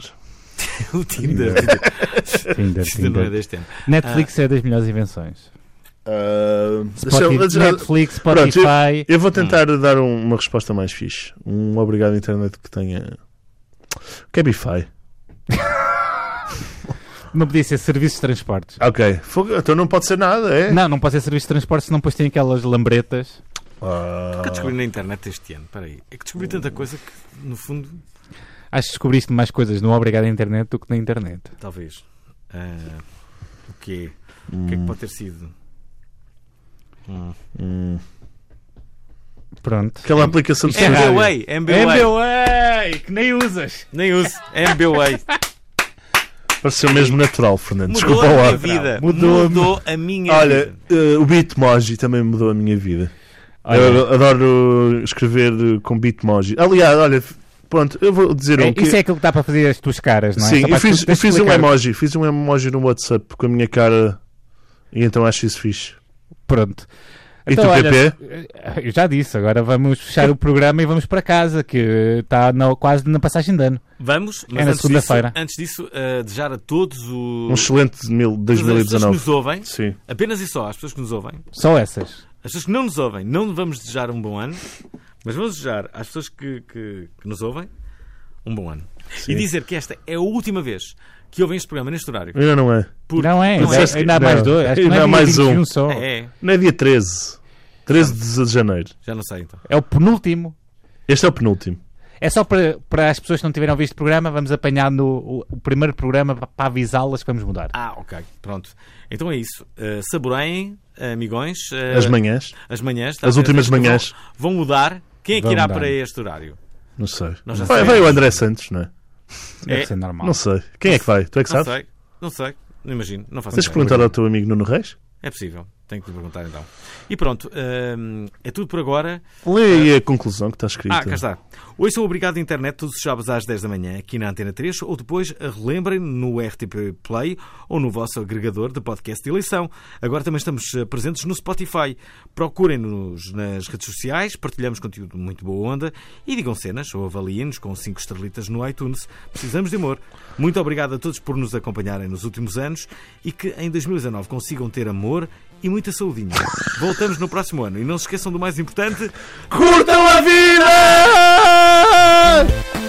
S1: o Tinder.
S2: <laughs> Tinder,
S1: Isto não é
S2: Tinder.
S1: deste tempo.
S2: Netflix é das melhores invenções.
S3: Ah, deixa-
S2: Spotify,
S3: deixa-
S2: Netflix, Spotify.
S3: eu vou tentar dar um- uma resposta mais fixe. Um obrigado internet que tenha. Cabify.
S2: Não podia ser serviços de transportes.
S3: Ok. Fogo, Então não pode ser nada, é?
S2: Não, não pode ser serviço de transportes, senão depois tem aquelas lambretas.
S3: Ah,
S1: que eu descobri na internet este ano? Espera aí. É que descobri tanta coisa que, no fundo,
S2: Acho que descobriste mais coisas no Obrigado à Internet do que na internet.
S1: talvez. ah, o quê? O que é que pode ter sido? Hum.
S3: hum.
S2: Pronto.
S3: Aquela aplicação de
S1: Isto é
S2: rádio.
S1: MBWay, MBWay.
S2: MBWay, que nem usas.
S1: Nem uso. MBWay.
S3: Pareceu mesmo natural, Fernando.
S1: Mudou
S3: Desculpa
S1: a
S3: lá.
S1: minha vida.
S2: Mudou-me.
S1: Mudou a minha
S3: Olha,
S1: vida.
S3: eh, o Bitmoji também mudou a minha vida. Eu adoro escrever eh, com Bitmoji. Aliás, olha, f- pronto, eu vou dizer
S2: É,
S3: um que...
S2: isso é aquilo que dá para fazer as tuas caras, não é?
S3: Sim,
S2: Essa
S3: eu
S2: parte
S3: fiz,
S2: que tu tens
S3: eu fiz
S2: de
S3: um
S2: explicar.
S3: emoji, fiz um emoji no WhatsApp com a minha cara e então acho isso fixe.
S2: Pronto.
S3: E tu,
S2: PP? Eu já disse, agora vamos fechar o programa e vamos para casa, que está na- quase na passagem de ano.
S1: Vamos, mas
S2: na
S1: antes,
S2: segunda-feira.
S1: disso, antes disso, ah, desejar a todos o...
S3: Um excelente mil-
S1: todas As pessoas que
S3: 2019.
S1: nos ouvem,
S3: Sim.
S1: apenas e só, as pessoas que nos ouvem,
S2: Só essas.
S1: As pessoas que não nos ouvem, não vamos desejar um bom ano, mas vamos desejar às pessoas que, que- que nos ouvem um bom ano. E dizer que esta é a última vez que ouvem este programa neste horário.
S3: Ainda não é.
S1: Porque
S2: Não é,
S3: Não
S2: ainda-
S3: é.
S2: ainda há mais
S3: Não.
S2: dois. Acho que não é
S3: Ainda
S2: dia
S3: há mais um.
S2: 21 só. É.
S1: É, é,
S3: Não é dia 13. 13 de janeiro.
S1: já não sei então.
S2: o penúltimo.
S3: Este é o penúltimo.
S2: É só para, para as pessoas que não tiveram visto o programa, vamos apanhar no, o, o primeiro programa pa- para avisá-las que vamos mudar.
S1: Ah, ok, pronto. Então é isso. Uh, saboreiem, amigões, uh,
S3: As manhãs.
S1: as manhãs.
S3: As últimas
S1: Vão-
S3: manhãs.
S1: Vão, mudar. Quem é que
S2: Vão
S1: irá
S2: mudar.
S1: para este horário?
S3: Não sei.
S1: Nós já
S3: Vai,
S1: sabemos.
S3: vai o André Santos, não é?
S2: Deve
S1: é,
S2: ser normal.
S3: Não sei. Quem é que vai? Tu é que
S1: Não
S3: sabes?
S1: sei, não sei, não imagino, não faço
S3: Tens que
S1: ideia.
S3: perguntar ao teu amigo Nuno Reis?
S1: É possível, tenho que lhe perguntar então. E pronto, uh, é tudo por agora.
S3: Lê aí a conclusão que está escrita.
S1: Ah, cá está. Hoje são obrigado internet todos os sábados às 10 da manhã aqui na Antena 3 ou depois relembrem no RTP Play ou no vosso agregador de podcast de eleição. Agora também estamos eh, presentes no Spotify. Procurem-nos nas redes sociais, partilhamos conteúdo de muito boa onda e digam cenas ou avaliem-nos com 5 estrelitas no iTunes. Precisamos de amor. Muito obrigado a todos por nos acompanharem nos últimos anos e que em 2019 consigam ter amor e muita saudinha. Voltamos no próximo ano e não se esqueçam do mais importante.
S3: Curtam a vida!